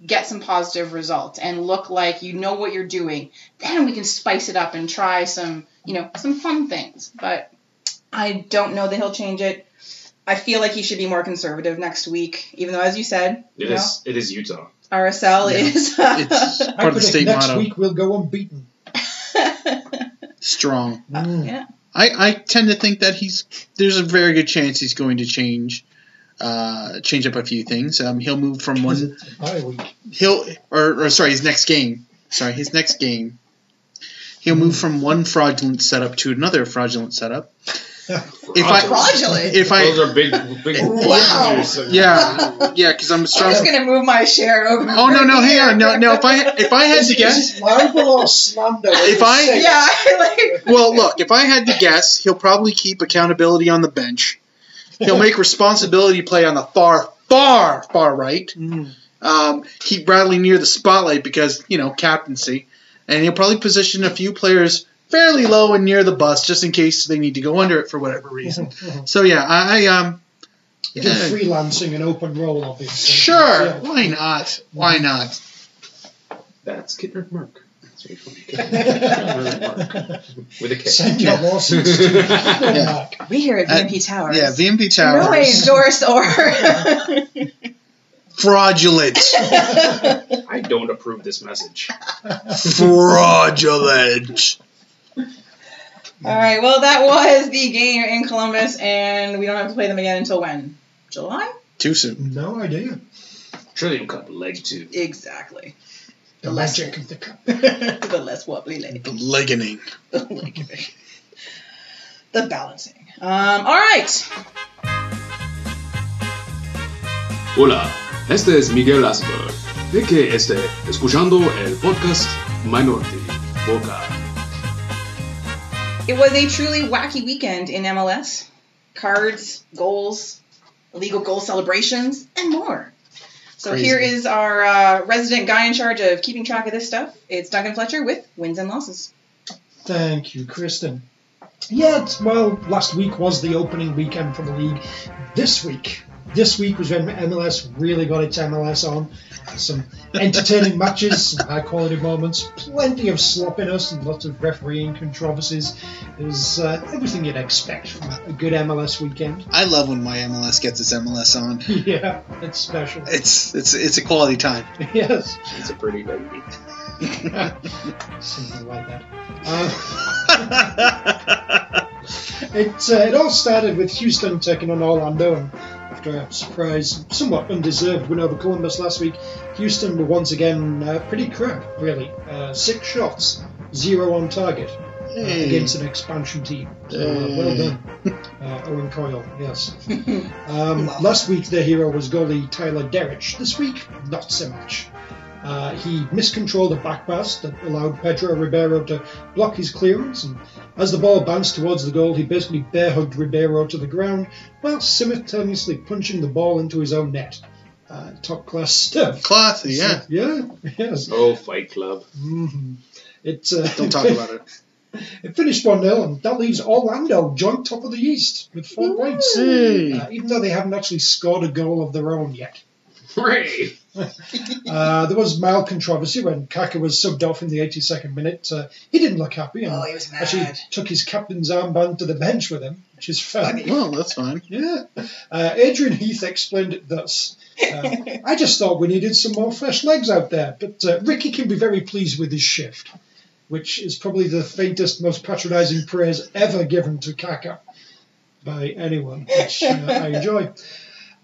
get some positive results and look like you know what you're doing then we can spice it up and try some, you know, some fun things. But I don't know that he'll change it. I feel like he should be more conservative next week, even though, as you said, It you know, is- It is Utah. RSL Yeah. is. It's [laughs] I part of the predict state next motto. week we'll go unbeaten. Strong. Mm. I, I tend to think that he's there's a very good chance he's going to change uh, change up a few things. Um, he'll move from one Bye week. he'll or, or sorry his next game sorry his next game he'll move from one fraudulent setup to another fraudulent setup. If I- Fraudulent. If I Those are big, big. Wow. yeah yeah because I'm [laughs] I'm strong. just gonna move my share over. Oh no no hang on no no if I if I had Is, to is guess this libel or slander? If I- Say it. [laughs] Yeah, [laughs] like Well, look, if I had to guess, he'll probably keep accountability on the bench. He'll [laughs] make responsibility play on the far, far, far right. Mm. Um, keep Bradley near the spotlight because, you know, captaincy. And he'll probably position a few players fairly low and near the bus just in case they need to go under it for whatever [laughs] reason. So, yeah, I, I, um, Do yeah, freelancing an open role, obviously. sure, Yeah. [laughs] why not? Why not? That's Kitner Mark. That's really funny. Kitner [laughs] Mark. With a K. Send your lawsuits to [laughs] Yeah. we here at Uh, VMP Towers. Yeah, VMP No way Towers. endorse or. Fraudulent. [laughs] [laughs] I don't approve this message. Fraudulent. All right. Well, that was the game in Columbus, and we don't have to play them again until when? July. Too soon. No idea. Trillium Cup leg two. Exactly. The magic of the cup. the less wobbly [laughs] leg. The legging. the balancing. Um, all right. Hola, este es Miguel Asberg. De que esté escuchando el podcast Minority Boca. It was a truly wacky weekend in MLS. Cards, goals, illegal goal celebrations, and more. So Crazy. here is our uh, resident guy in charge of keeping track of this stuff. It's Duncan Fletcher with wins and losses. [laughs] Thank you, Kristen. Yeah, it's- well, last week was the opening weekend for the league. This week, this week was when MLS really got its MLS on. Some entertaining matches, some high quality moments, plenty of sloppiness, and lots of refereeing controversies. It was uh, everything you'd expect from a good MLS weekend. [laughs] I love when my MLS gets its MLS on. Yeah, it's special. It's it's it's a quality time. [laughs] yes, It's a pretty lady. something like that. Uh, [laughs] It, uh, it all started with Houston taking on Orlando, and after a surprise, somewhat undeserved win over Columbus last week, Houston were once again uh, pretty crap, really. Uh, six shots, zero on target uh, Hey. against an expansion team. So, uh, well done, uh, Owen Coyle, yes. Um, last week, their hero was goalie Tyler Derridge. This week, not so much. Uh, he miscontrolled a back pass that allowed Pedro Ribeiro to block his clearance, and as the ball bounced towards the goal, he basically bear hugged Ribeiro to the ground while simultaneously punching the ball into his own net. Uh, top class stuff. Cloth, yeah. Yeah, yes. Oh, Fight Club. Mhm. It's, uh, Don't talk about it. [laughs] It finished 1 0, and that leaves Orlando joint top of the East with four points. Hey. Uh, even though they haven't actually scored a goal of their own yet. Hooray! Uh, there was mild controversy when Kaka was subbed off in the 82nd minute. Uh, he didn't look happy and Oh, he was mad. actually took his captain's armband to the bench with him, which is funny. [laughs] Well, that's fine. Yeah. Uh, Adrian Heath explained it thus. Uh, I just thought we needed some more fresh legs out there, but uh, Ricky can be very pleased with his shift, which is probably the faintest, most patronising praise ever given to Kaka by anyone, which uh, I enjoy.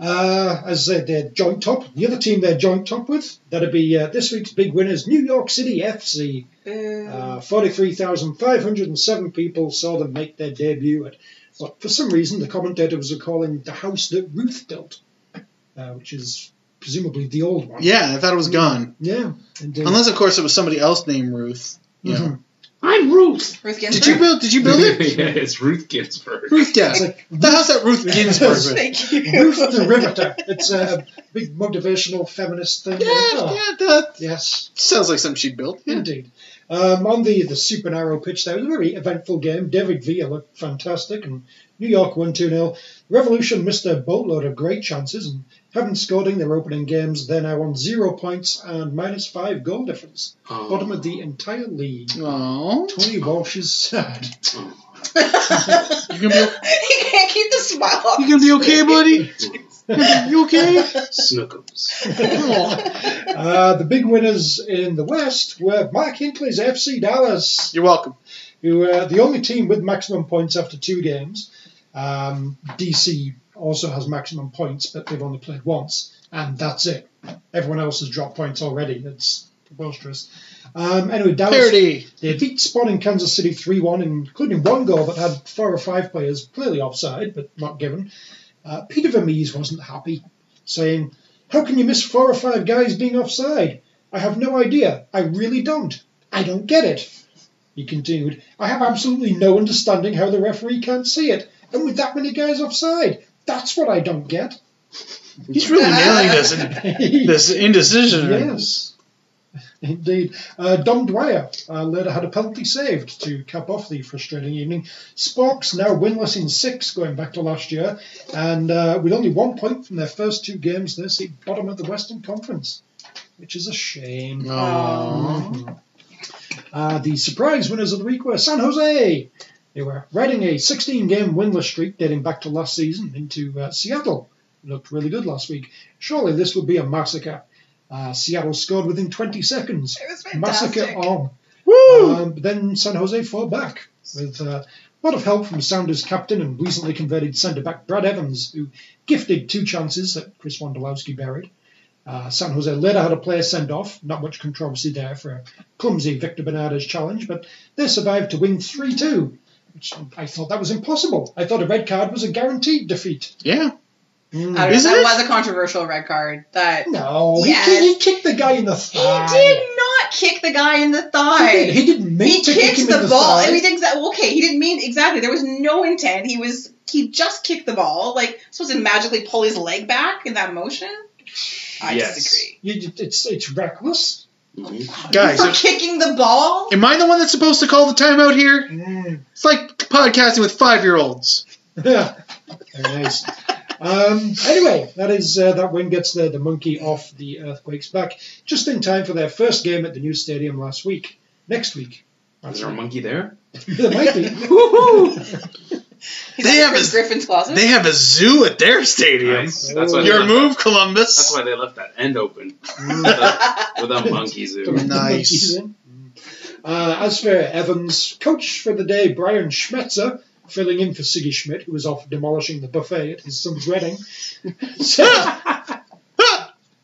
Uh, as I said, they're joint top. The other team they're joint top with, that'd be uh, this week's big winners, New York City FC. Boo. Uh, 43,507 people saw them make their debut at what, for some reason, the commentator was calling the house that Ruth built, uh, which is presumably the old one. Yeah, I thought it was gone. Yeah. uh, Indeed. Unless, of course, it was somebody else named Ruth. You know. Mhm. I'm Ruth. Ruth Did you [laughs] Ginsburg. build? Did you build it? [laughs] yeah, it's Ruth Ginsburg. Ruth, yeah. It's like the house that Ruth Ginsburg. built. Thank you. Ruth the Riveter. It's a big motivational feminist thing. Yeah, Oh, yeah, that Yes, sounds like something she built. Yeah. indeed. Um, on the, the super narrow pitch, there was a very eventful game. David Villa looked fantastic, and New York won 2 0. Revolution missed a boatload of great chances and haven't scored in their opening games. They're now on zero points and minus five goal difference. Oh. Bottom of the entire league. Aw. Tony Walsh is sad. [laughs] You gonna be [laughs] he can't keep the smile off. you gonna be okay, buddy? You okay? Snookums. Aw. Uh, the big winners in the West were Mark Hinckley's FC [laughs] Dallas. You're welcome. who are the only team with maximum points after two games. Um, DC also has maximum points, but they've only played once, and that's it. Everyone else has dropped points already. It's preposterous. Um, anyway, Dallas Parody. they beat Spawn in Kansas City 3 1, including one goal that had four or five players clearly offside, but not given. Uh, Peter Vermees wasn't happy, saying, How can you miss four or five guys being offside? I have no idea. I really don't. I don't get it. He continued, I have absolutely no understanding how the referee can't see it, and with that many guys offside. That's what I don't get. [laughs] He's really nailing this [laughs] this indecision. Yes, indeed. Uh, Dom Dwyer uh, later had a penalty saved to cap off the frustrating evening. Sparks now winless in six, going back to last year, and uh, with only one point from their first two games, they sit bottom of the Western Conference, which is a shame. Aw. Uh, the surprise winners of the week were San Jose. They were riding a 16 game winless streak dating back to last season into uh, Seattle. Looked really good last week. Surely this would be a massacre. Uh, Seattle scored within 20 seconds. It was fantastic. Massacre on. Hmm. Woo! Um, but then San Jose fell back with uh, a lot of help from Sounders captain and recently converted centre back Brad Evans, who gifted two chances that Chris Wondolowski buried. Uh, San Jose later had a player sent off, not much controversy there for a clumsy Victor Bernardo's challenge, but they survived to win 3 2. Which I thought that was impossible. I thought a red card was a guaranteed defeat. yeah. I don't know, Isn't that it? was a controversial red card. That No, Yes. he, ki- he kicked the guy in the he thigh. did not kick the guy in the He, thigh. did, he didn't mean He to kick kicked him in the the ball. thigh. I mean, exactly. Okay, he didn't mean exactly. There was no intent. He was he just kicked the ball. Like supposed to magically pull his leg back in that motion. I Yes. disagree. You- it's it's reckless. Mhm. Guys, For kicking the ball. am I the one that's supposed to call the timeout here? Hmm. It's like podcasting with five year olds. Yeah, very nice. Um, anyway, that is uh, that win gets the, the monkey off the earthquakes back just in time for their first game at the new stadium last week. Next week, Is there a monkey there? [laughs] there might be. He's They like have Chris a- Griffin's closet. [laughs] They have a zoo at their stadium. Nice. That's why they Your left move, That's Columbus. why they left that end open with a, with a monkey zoo. [laughs] Nice. [laughs] Uh, as for Evans, coach for the day, Brian Schmetzer, filling in for Siggy Schmidt, who was off demolishing the buffet at his son's wedding. [laughs] So, [laughs]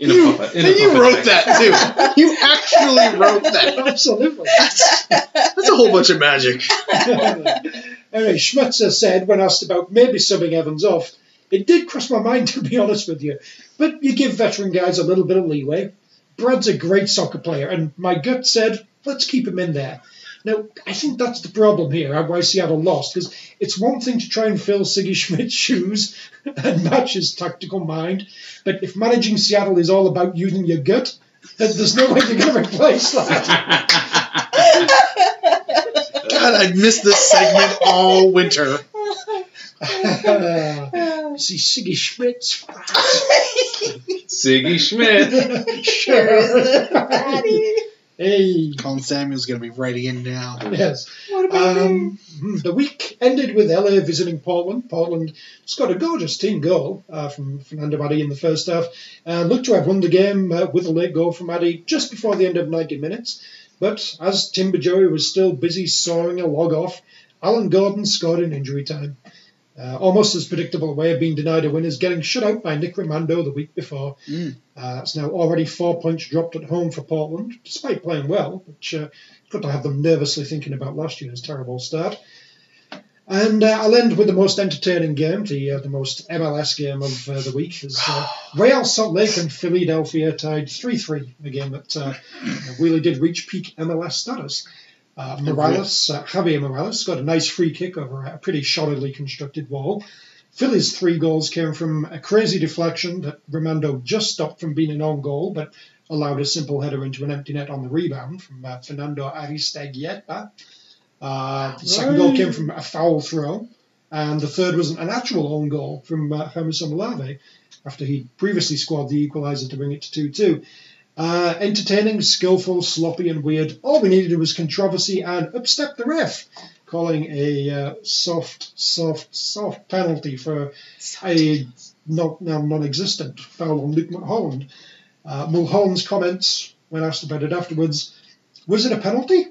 In a [laughs] puppet. In a And you puppet wrote bag. that too. You actually wrote that. absolutely. That's a whole bunch of magic. anyway, Schmetzer said when asked about maybe subbing Evans [laughs] off, it did cross my mind to be honest with you, but you give veteran guys a little bit of leeway. Brad's a great soccer player, and my gut said, let's keep him in there. Now, I think that's the problem here, why Seattle lost, because it's one thing to try and fill Siggy [laughs] Schmidt's shoes and match his tactical mind, but if managing Seattle is all about using your gut, then there's no way you're going to replace that. God, I missed this segment all winter. See, Siggy Schmidt's. Siggy [laughs] Schmidt. Sure. Daddy. [laughs] Hey. Colin Samuel's going to be right in now. Yes. What about me? Um, the week ended with LA visiting Portland. Portland scored a gorgeous team goal uh, from Fernando Maddy in the first half and looked to have won the game uh, with a late goal from Maddy just before the end of 90 minutes. But as Timber Joey was still busy sawing a log off, Alan Gordon scored in injury time. Uh, almost as predictable a way of being denied a win is getting shut out by Nick Romando the week before. Mm. Uh, it's now already four points dropped at home for Portland, despite playing well, which uh, good to have them nervously thinking about last year's terrible start. And uh, I'll end with the most entertaining game, the uh, the most MLS game of uh, the week, is uh, Real Salt Lake and Philadelphia tied three three, a game that uh, really did reach peak MLS status. Uh, Morales, uh, Javier Morales, got a nice free kick over a pretty solidly constructed wall. Philly's three goals came from a crazy deflection that Romando just stopped from being an own goal, but allowed a simple header into an empty net on the rebound from uh, Fernando Aristeguieta. Uh, the second goal came from a foul throw, and the third was an actual own goal from uh, Hermes Olave after he previously scored the equaliser to bring it to 2 2. Uh, entertaining, skillful, sloppy, and weird. All we needed was controversy and upstep the ref, calling a uh, soft, soft, soft penalty for a not now non-existent foul on Luke Mulholland. Uh, Mulholland's comments when asked about it afterwards was it a penalty?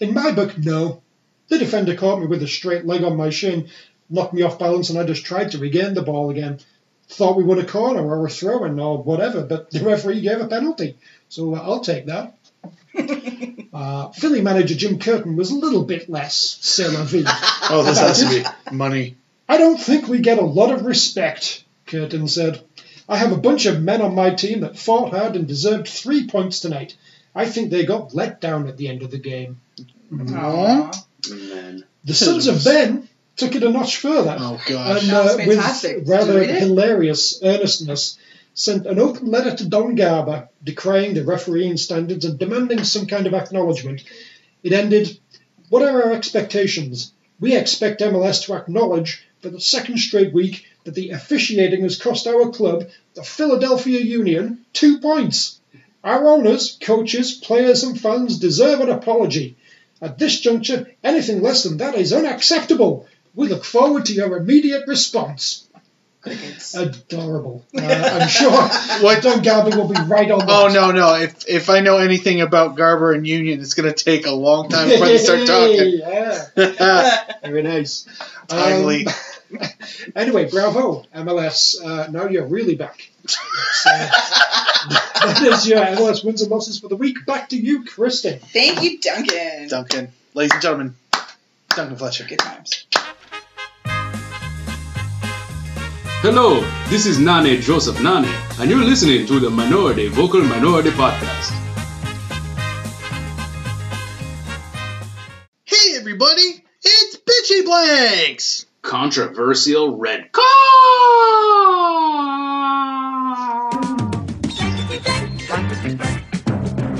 In my book, no. The defender caught me with a straight leg on my shin, knocked me off balance, and I just tried to regain the ball again. Thought we won a corner or a throw in or whatever, but the referee gave a penalty, so uh, I'll take that. uh, Philly manager Jim Curtin was a little bit less c'est la vie. Oh, this has to be money. I don't think we get a lot of respect, Curtin said. I have a bunch of men on my team that fought hard and deserved three points tonight. I think they got let down at the end of the game. Aw. Man. The Sons of Ben took it a notch further Oh, and gosh. uh, That was with fantastic. rather Did you read it? hilarious earnestness, sent an open letter to Don Garber decrying the refereeing standards and demanding some kind of acknowledgement. It ended, What are our expectations? We expect MLS to acknowledge for the second straight week that the officiating has cost our club, the Philadelphia Union, two points. Our owners, coaches, players, and fans deserve an apology. At this juncture, anything less than that is unacceptable. We look forward to your immediate response. Crickets. Adorable. Uh, [laughs] I'm sure what Don Garber will be right on. Oh, that. no, no. If, if I know anything about Garber and Union, it's going to take a long time before they start talking. [laughs] yeah, very nice. [laughs] Um, [laughs] Timely. anyway, bravo, MLS. Uh, now you're really back. [laughs] That's, uh, that is your MLS wins and losses for the week. Back to you, Kristen. Thank you, Duncan. Duncan. Ladies and gentlemen, Duncan Fletcher. Good times. Hello, this is Nane Joseph Nane, and you're listening to the Minority Vocal Minority Podcast. Hey, everybody. It's Bitchy Blanks. Controversial red card.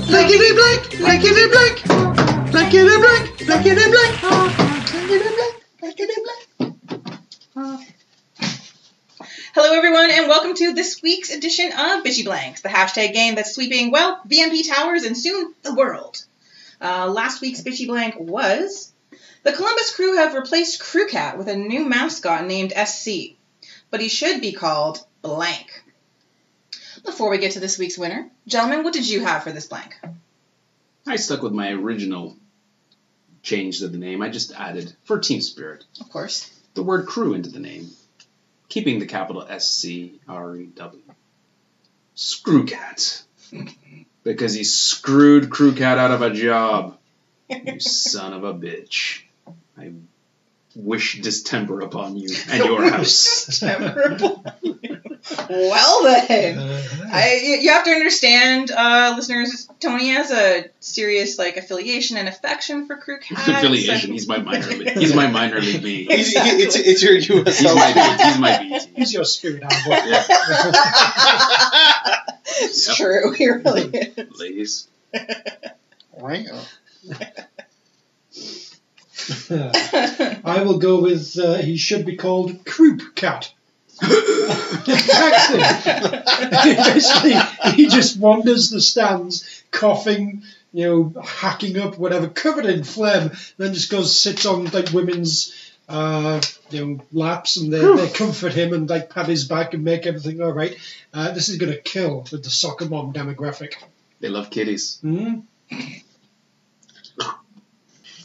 Blankety blank, blankety blank, blankety blank, blankety blank, blankety blank, blankety blank. Hello, everyone, and welcome to this week's edition of Bitchy Blanks, the hashtag game that's sweeping, well, VMP Towers and soon the world. Uh, last week's Bitchy Blank was The Columbus crew have replaced Crew Cat with a new mascot named SC, but he should be called Blank. Before we get to this week's winner, gentlemen, what did you have for this blank? I stuck with my original change to the name. I just added, for team spirit, Of course. the word crew into the name, keeping the capital S C R E W. Screw cat. [laughs] Because he screwed Crew Cat out of a job. You son of a bitch. I wish distemper upon you and your house. Memorable. Well then. Uh, I, you you have to understand, uh, listeners. Tony has a serious like affiliation and affection for crew cats. [laughs] affiliation. He's [laughs] my minor league. He's my minor league league. He's- [laughs] it's, it's your He's my [laughs] USL. B- he's my [laughs] B team. He's your spirit animal. [laughs] Yeah, it's Yep. true. He really is. ladies. Right? I will go with uh, he should be called Croup Cat. exactly. Basically, he just wanders the stands, coughing, you know, hacking up whatever, covered in phlegm, then just goes sits on like women's, uh, you know, laps, and they, they comfort him and like pat his back and make everything all right. Uh, this is gonna kill with the soccer mom demographic. They love kitties. Hmm? [laughs]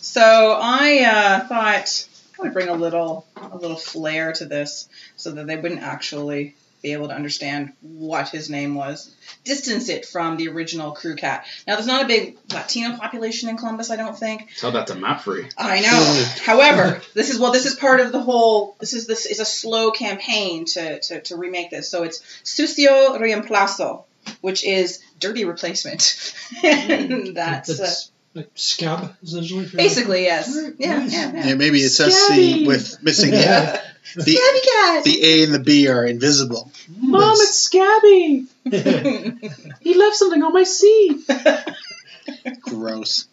So I uh, thought I would bring a little a little flair to this, so that they wouldn't actually be able to understand what his name was. Distance it from the original crew cat. Now there's not a big Latino population in Columbus, I don't think. Tell that to Mapfrey. I know. [laughs] However, this is well, this is part of the whole. This is this is a slow campaign to to, to remake this. So it's sucio reemplazo, which is dirty replacement. [laughs] And that's uh, That's like scab, essentially. for- basically yes. Yeah, Nice. yeah, yeah. Yeah, maybe it's SC with missing the, [laughs] Yeah. the, the A and the B are invisible. Mom, it's Scabby! [laughs] Scabby cat. He left something on my seat! [laughs] Gross.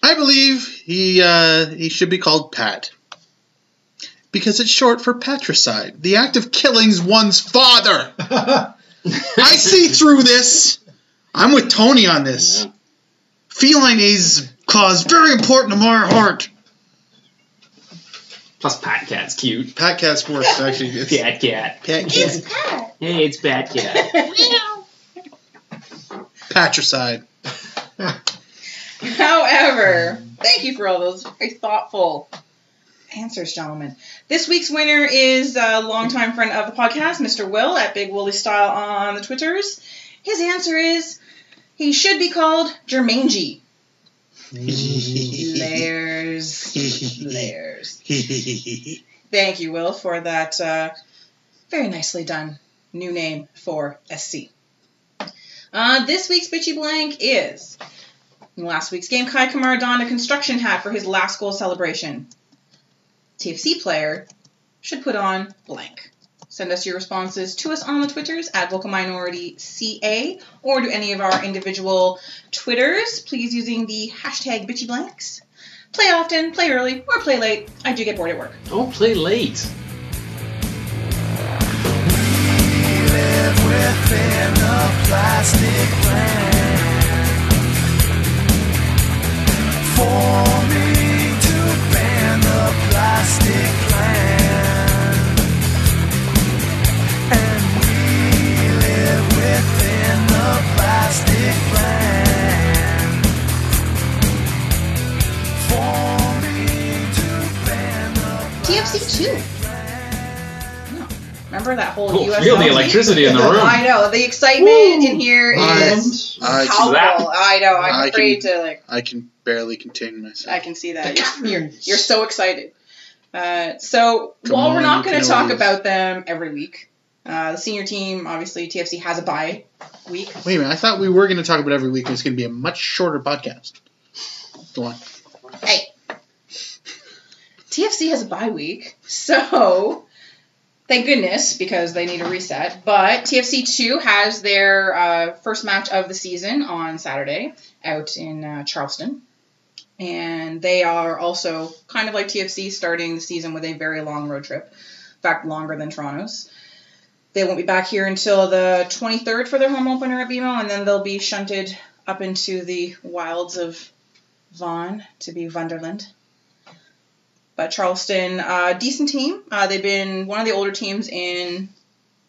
I believe he uh, he should be called Pat. Because it's short for patricide, the act of killing one's father. I see through this. I'm with Tony on this. Feline is cause very important to my heart. Plus, Pat Cat's cute. Pat Cat's worse, actually. It's Pat Cat. Pat Cat. Hey, it's Pat Cat. Patricide. [laughs] However, thank you for all those very thoughtful answers, gentlemen. This week's winner is a longtime friend of the podcast, Mr. Will at Big Woolly Style on the Twitters. His answer is he should be called Jermanji. Layers. Layers. Thank you, Will, for that uh, very nicely done new name for SC. Uh, this week's Bitchy Blank is in last week's game, Kai Kamara donned a construction hat for his last goal celebration. TFC player should put on blank. Send us your responses to us on the Twitters at Vocal Minority CA or to any of our individual Twitters, please using the hashtag bitchy blanks. Play often, play early, or play late. I do get bored at work. Don't play late. plastic plan forming to ban the plastic plan and we live within the plastic plan forming to ban the TFC 2. No. Remember that whole Oh, US feel the LC? electricity in the I room. know. The excitement in here is Ireland. I can, palpable. that. I know. I'm I afraid can- to, like, I can barely contain myself. I can see that. [laughs] The You're, Camerons. you're so excited. Uh, so Come while we're on, not you going to can talk always- about them every week, uh, the senior team obviously TFC has a bye week. Wait a minute. I thought we were going to talk about every week. and It's going to be a much shorter podcast. Go on. TFC has a bye week, so thank goodness because they need a reset. But TFC two has their uh, first match of the season on Saturday out in uh, Charleston. And they are also kind of like TFC starting the season with a very long road trip, in fact, longer than Toronto's. They won't be back here until the 23rd for their home opener at BMO, and then they'll be shunted up into the wilds of Vaughan to be Wonderland. But Charleston, uh, decent team. Uh, they've been one of the older teams in,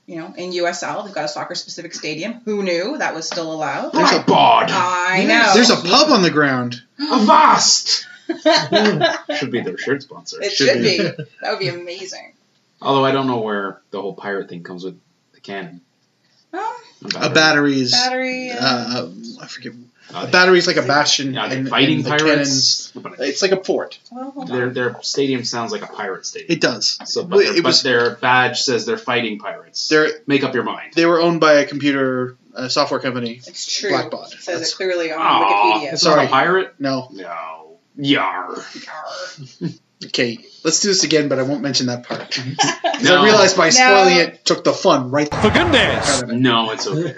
you know, in USL. They've got a soccer-specific stadium. Who knew that was still allowed? There's a- Bod! I know. There's [laughs] a pub on the ground. Avast! it Should be their shirt sponsor. should, should be. be. That would be amazing. Although I don't know where the whole pirate thing comes with the cannon. Well, a batteries. Oh, Battery. Uh, Uh, I forget. Uh, A battery's like a bastion. Yeah, they're and, fighting and the pirates. cannon- It's like a fort. well, hold on. Their their stadium sounds like a pirate stadium. It does. so, but, Well, their, it was- but their badge says they're fighting pirates. They're Make up your mind. they were owned by a computer uh, software company. It's true. Blackbot. It says That's- it clearly on Aw, Wikipedia. it's not Sorry. a pirate. No, No. Yar. Yarr. okay, let's do this again, but I won't mention that part 'Cause [laughs] No. I realized by No. spoiling it took the fun right the fuck out of it. No, it's okay.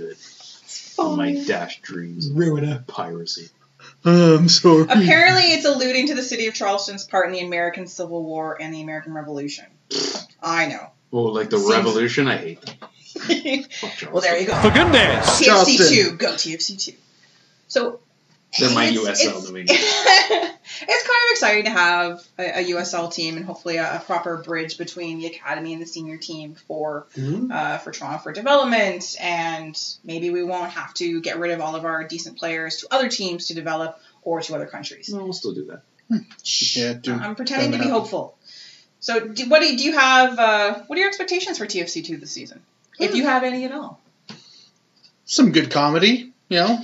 [laughs] it. Oh My dash dreams of Ruiner. piracy. Oh, I'm sorry. Apparently, it's alluding to the city of Charleston's part in the American Civil War and the American Revolution. I know. Oh, like the Seems- revolution? I hate that. [laughs] Fuck Charleston. well, there you go. goodness, TFC two, go TFC two. So They're my it's- [laughs] USL it's- New England. it's kind of exciting to have a, a USL team and hopefully a, a proper bridge between the academy and the senior team for Hmm? Mm-hmm. uh, for Toronto for development, and maybe we won't have to get rid of all of our decent players to other teams to develop or to other countries. No, we'll still do that. Mm-hmm. Yeah, dude. I'm pretending to Doesn't happen. be hopeful. So, do, what do, do you have? Uh, what are your expectations for TFC two this season, if Mm. you have any [laughs] at all? [laughs] Some good comedy, you know.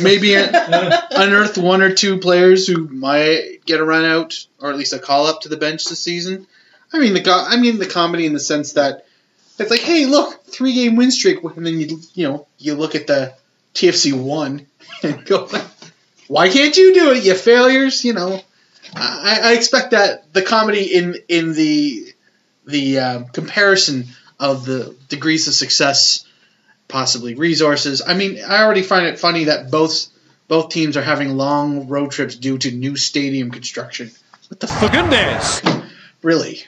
Maybe [laughs] [laughs] un- unearth one or two players who might get a run out, or at least a call up to the bench this season. I mean the co- I mean the comedy in the sense that it's like, hey, look, three game win streak, and then you you know you look at the TFC one [laughs] and go, why can't you do it, you failures? You know, I, I expect that the comedy in in the the um, comparison of the degrees of success, possibly resources. I mean, I already find it funny that both both teams are having long road trips due to new stadium construction. What the fuck? Goodness! Really,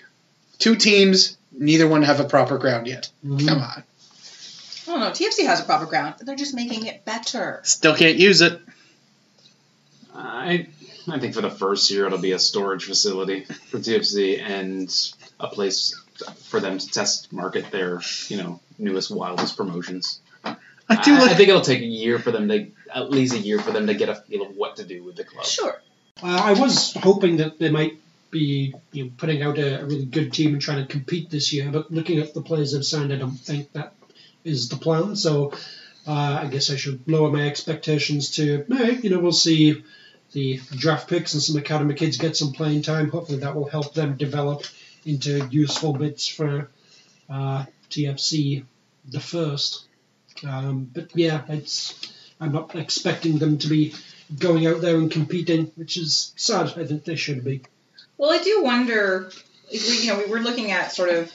two teams, neither one have a proper ground yet. Come on, I don't know. TFC has a proper ground. They're just making it better. still can't use it. I I think for the first year it'll be a storage facility for TFC and a place for them to test market their you know newest wildest promotions. I do I like. think it'll take a year for them to at least a year for them to get a feel of what to do with the club. Sure. Uh, I was hoping that they might be you know, putting out a, a really good team and trying to compete this year, but looking at the players they've signed, I don't think that is the plan. So uh, I guess I should lower my expectations to, eh, you know, we'll see the draft picks and some academy kids get some playing time. Hopefully that will help them develop into useful bits for uh, TFC the first. Um, but yeah, it's I'm not expecting them to be going out there and competing, which is sad. I think they should be. Well, I do wonder. If we, you know, we were looking at sort of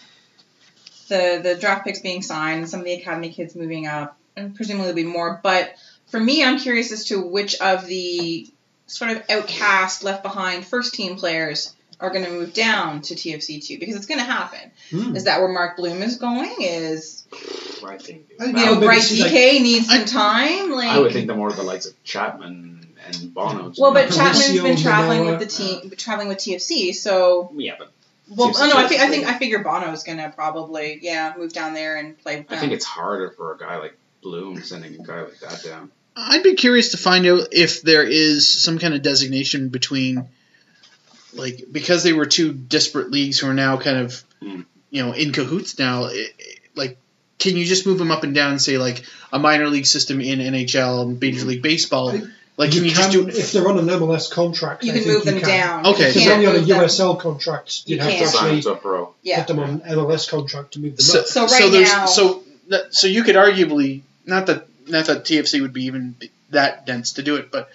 the the draft picks being signed and some of the academy kids moving up, and presumably there'll be more. But for me, I'm curious as to which of the sort of outcast, left behind first team players are going to move down to TFC two because it's going to happen. Hmm. Is that where Mark Bloom is going? Is I I think. think you Yeah, know Oh, but Bright it's like- DK needs some I- time? Like I would think the more the likes of Chapman and Bono. Well, but Mauricio Chapman's been traveling Manoa. with the team, traveling with TFC. So, yeah, but well, Seems oh, no, I think I to- think I figure Bono's gonna probably yeah move down there and play. With I think it's harder for a guy like Bloom sending a guy like that down. I'd be curious to find out if there is some kind of designation between, like, because they were two disparate leagues who are now kind of, Mm. you know, in cahoots now. It, it- like, can you just move them up and down? And say like a minor league system in NHL and Major League Baseball. I- Like, can you, just can- do? if they're on an MLS contract? you I can think move them can. down. Okay. You Because If can't they're only on a move them- USL contract, You you'd have to can't. Sign actually him to a pro. get Yeah, them on an MLS contract to move them So, up. So so right there's now- so that- so you could arguably not that not that TFC would be even be that dense to do it, but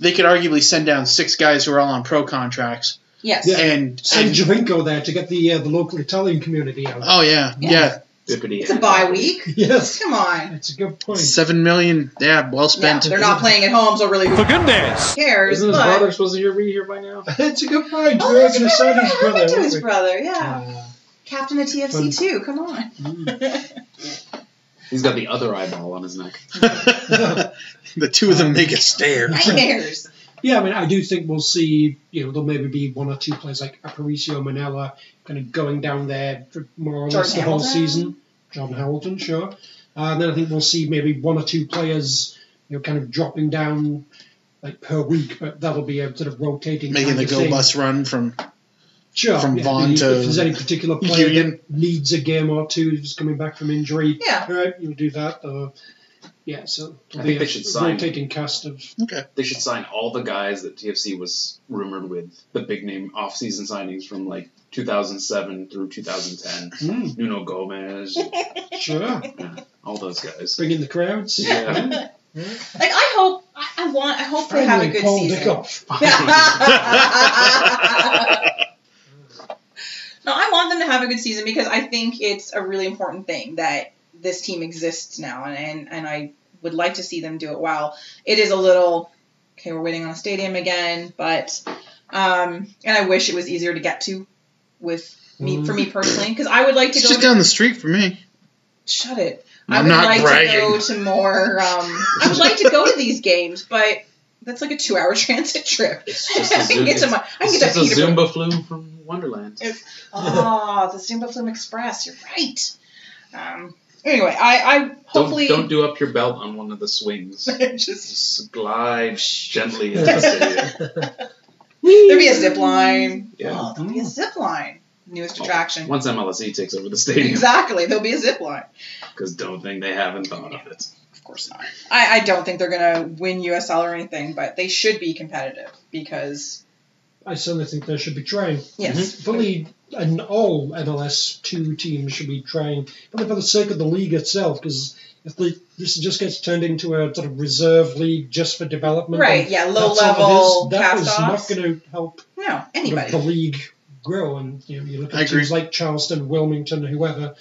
they could arguably send down six guys who are all on pro contracts yes. Yeah. and, Send and Jovinko there to get the uh, the local Italian community out. oh yeah Yeah. yeah Bippity It's a and- bye week. yes, Come on. that's a good point. [laughs] Seven million, yeah, well Yeah, spent. they're not playing at home, so really who goodness. cares? Isn't his but brother supposed to be here by now? that's a good point. oh, We're that's going to right. sign What his happened brother. to his aren't we? brother? Yeah, Uh, captain of TFC too. Come on. Hmm. He's got the other eyeball on his neck. [laughs] the two of them make a stare. [laughs] Nightmares. Yeah, I mean, I do think we'll see, you know, there'll maybe be one or two players like Aparicio Manella kind of going down there for more or less Jordan the whole Hamilton. season. John Hamilton, sure. Uh, and then I think we'll see maybe one or two players, you know, kind of dropping down like per week, but that'll be a sort of rotating Making kind the of go thing. bus run from Sure. From yeah, Vaughan if, to if there's any particular player Union. that needs a game or two who's coming back from injury, Yeah. all right, you'll do that. Or, yeah, so it'll I be think a they should sign- rotating cast of [laughs] Okay. [laughs] They should sign all the guys that TFC was rumored with, the big name off-season signings from like 2007 through 2010. mm, Nuno [laughs] Gomez, sure. all those guys. Bring in the crowds. Hmm. Yeah. [laughs] Like I hope, I, I want, I hope they have a Finally, good Paul season. Dickoff. [laughs] No, I want them to have a good season because I think it's a really important thing that this team exists now, and and, and I would like to see them do it well. It is a little okay. We're waiting on a stadium again, but um, and I wish it was easier to get to with me for me personally because I would like to It's go. just to- down the street for me. shut it. I I'm would not like to bragging. go to more. Um, I would like to go to these games, but that's like a two-hour [laughs] transit trip. It's just a I can Zoom- get to my. I can It's get just to a Peterborough. Zumba flu from Wonderland. Oh, the Zumba Flume Express. You're right. Um, anyway, I, I hopefully Don't, don't do up your belt on one of the [laughs] swings. [laughs] just Just [laughs] glide gently into the stadium. there'll be a zip line. Yeah. Oh, there'll be a zip line. Newest Oh, attraction. Once MLSE E takes over the stadium, Exactly. There'll be a zip line. because don't think they haven't thought of it. Of course not. I, I don't think they're gonna win USL or anything, but they should be competitive because [laughs] I certainly think they should be trying. yes, Mhm. Fully and all MLS two teams should be trying, probably for the sake of the league itself, because if the, this just gets turned into a sort of reserve league just for development, right, yeah, and low that's level all it is, that is cast offs. not going to help No, sort of the anybody. league grow. And you, know, you look I at agree. teams like Charleston, Wilmington, whoever,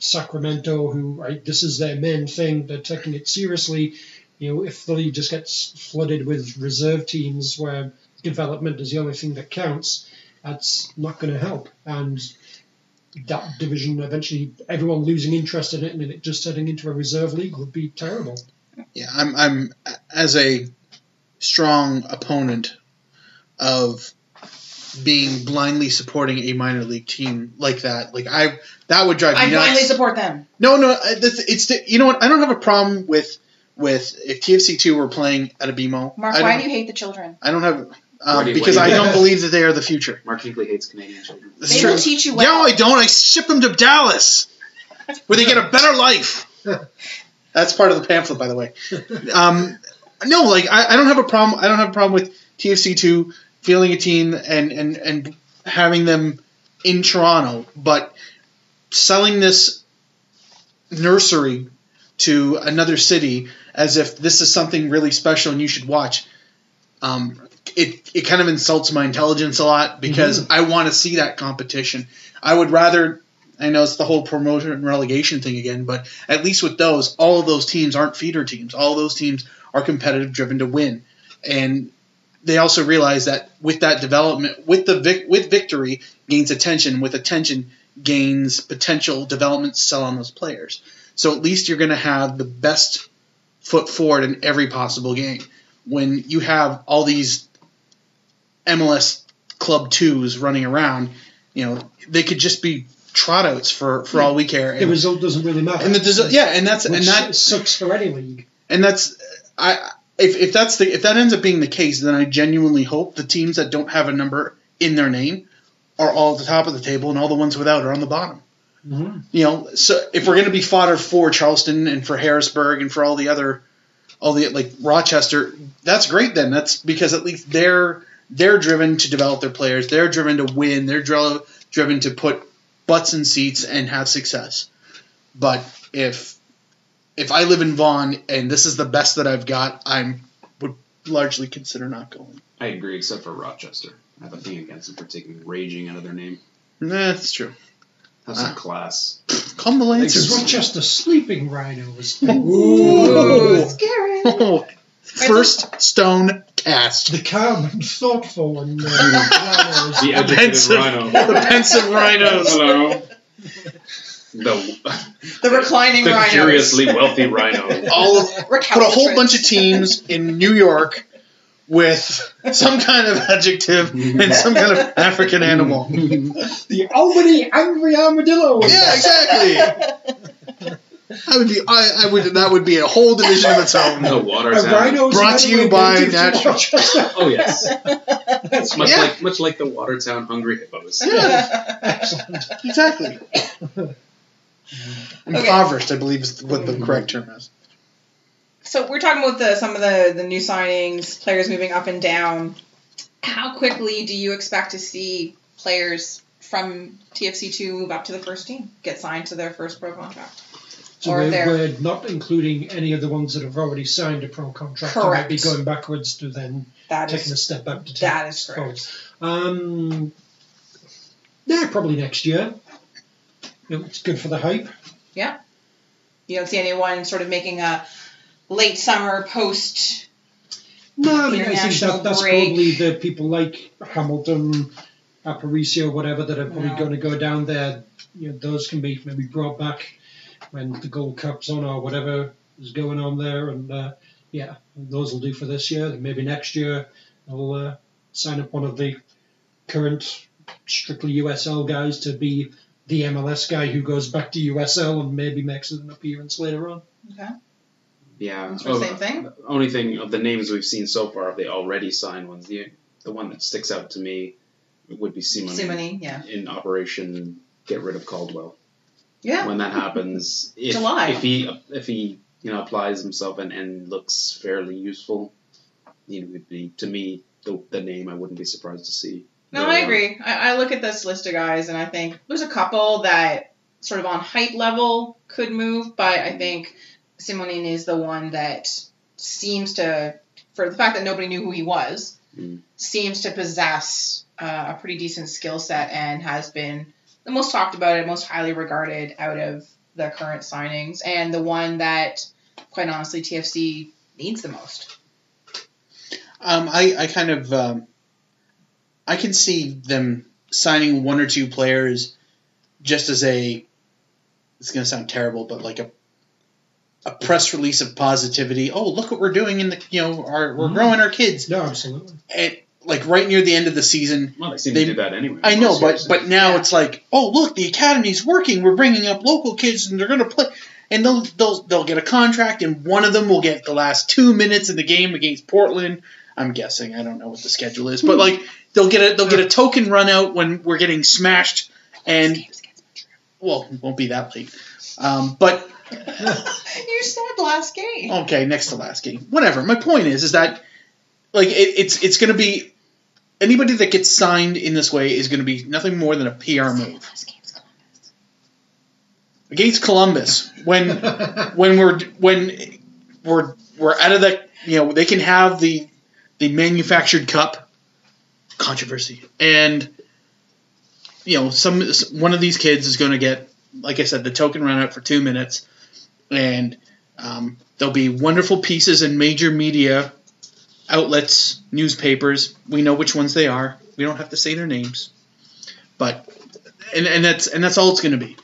Sacramento, who right, this is their main thing. They're taking it seriously. You know, if the league just gets flooded with reserve teams where development is the only thing that counts, that's not going to help. And that division eventually, everyone losing interest in it, and it just turning into a reserve league would be terrible. Yeah, I'm I'm as a strong opponent of being blindly supporting a minor league team like that. Like I that would drive me I nuts. finally support them. No, no, I- that's, it's the, you know what? I don't have a problem with with if TFC two were playing at a BMO. Mark, I why don't, do you hate the children? I don't have Why um, do you- because why I do you- don't believe that they are the future. Mark Hinckley hates Canadian children. This is They true. will teach you No, well. I don't. I ship them to Dallas, where they get a better life. [laughs] That's part of the pamphlet, by the way. [laughs] Um, no, like I, I don't have a problem. I don't have a problem with TFC two feeling a team and and and having them in Toronto, but selling this nursery to another city as if this is something really special and you should watch. Um, it, it kind of insults my intelligence a lot because I want to see that competition. I would rather. I know it's the whole promotion and relegation thing again, but at least with those, all of those teams aren't feeder teams. All of those teams are competitive, driven to win, and they also realize that with that development, with the vic- with victory gains attention, with attention gains potential development to sell on those players. So at least you're going to have the best foot forward in every possible game. When you have all these MLS club twos running around, you know they could just be trot outs for for all we care. The And, result doesn't really matter. and the desi- yeah, and that's which and that sucks for any league. and that's I if, if that's the if that ends up being the case, then I genuinely hope the teams that don't have a number in their name are all at the top of the table, and all the ones without are on the bottom. Mhm. You know, so if we're going to be fodder for Charleston and for Harrisburg and for all the other, all the like Rochester, that's great. Then that's because at least they're they're driven to develop their players. They're driven to win. They're dri- driven to put butts in seats and have success. But if if I live in Vaughan and this is the best that I've got, I'm would largely consider not going. I agree, except for Rochester. I have a thing against them for taking raging out of their name. Nah, that's true. Have some Ah. class. Come the Lancers. Because Rochester sleeping rhinos. Ooh. [laughs] Ooh, scary. First stone cast. The calm and thoughtful and uh, rhinos. The pensive- [laughs] educated rhino. The pensive rhinos. Hello. The, The reclining the rhinos. curiously wealthy rhino. [laughs] All of, put a whole Recalcitrant. bunch of teams in New York with some kind of adjective and some kind of African animal. the Albany Angry Armadillo. [laughs] Yeah, exactly. That would be. I, I would. That would be a whole division of its own. The water's A out. rhino's Brought to you by Natural- natural. [laughs] [laughs] Oh yes, That's much Yeah. like much like the Watertown hungry hippos. Yeah. [coughs] Exactly. Impoverished, I believe, is what the correct term is. So we're talking about the, some of the, the new signings, players moving up and down. How quickly do you expect to see players from TFC two move up to the first team, get signed to their first pro contract? So Or we're, they're- we're not including any of the ones that have already signed a pro contract. Correct. And might be going backwards to then That taking a is step back to take that is forward. correct. Um, yeah, probably next year. It's good for the hype. You don't see anyone sort of making a late summer post. No, I mean, I think International that, that's break. probably the people like Hamilton, Aparicio, whatever, that are probably No. going to go down there. You know, those can be maybe brought back when the Gold Cup's on or whatever is going on there. And uh, yeah, those will do for this year. And maybe next year they'll uh, sign up one of the current strictly USL guys to be the MLS guy who goes back to USL and maybe makes an appearance later on. Yeah. It's the same thing. Oh, The only thing of the names we've seen so far, if they already signed ones, the the one that sticks out to me would be Simone Simony, yeah, in Operation Get Rid of Caldwell. yeah. When that happens, if, July. if he if he you know applies himself and, and looks fairly useful, you know, would be to me the, the name I wouldn't be surprised to see. No, later I on. agree. I, I look at this list of guys and I think there's a couple that sort of on height level could move, but I think Simonin is the one that seems to, for the fact that nobody knew who he was, Mm. seems to possess uh, a pretty decent skill set and has been the most talked about and most highly regarded out of the current signings and the one that, quite honestly, TFC needs the most. Um, I, I kind of, um, I can see them signing one or two players, just as a. It's gonna sound terrible, but like a. A press release of positivity. Oh, look what we're doing in the you know our, we're Mhm. growing our kids. No, [laughs] absolutely. And like right near the end of the season, Well, they seem They- to do that anyway. I know, most but years. but now Yeah. it's like, oh look, the academy's working. We're bringing up local kids, and they're gonna play, and they'll they'll they'll get a contract, and one of them will get the last two minutes of the game against Portland. I'm guessing. I don't know what the schedule is, but like they'll get a they'll get a token run out when we're getting smashed, and well, it won't be that late. Um, but You said last game. okay, next to last game, whatever. My point is, is that like it, it's it's gonna be anybody that gets signed in this way is gonna be nothing more than a PR move. Last game's gone. against Columbus when when we're when we're we're out of the you know they can have the the manufactured cup controversy and you know some one of these kids is going to get like I said the token run out for two minutes and um, there'll be wonderful pieces in major media outlets newspapers we know which ones they are we don't have to say their names but and, and that's and that's all it's going to be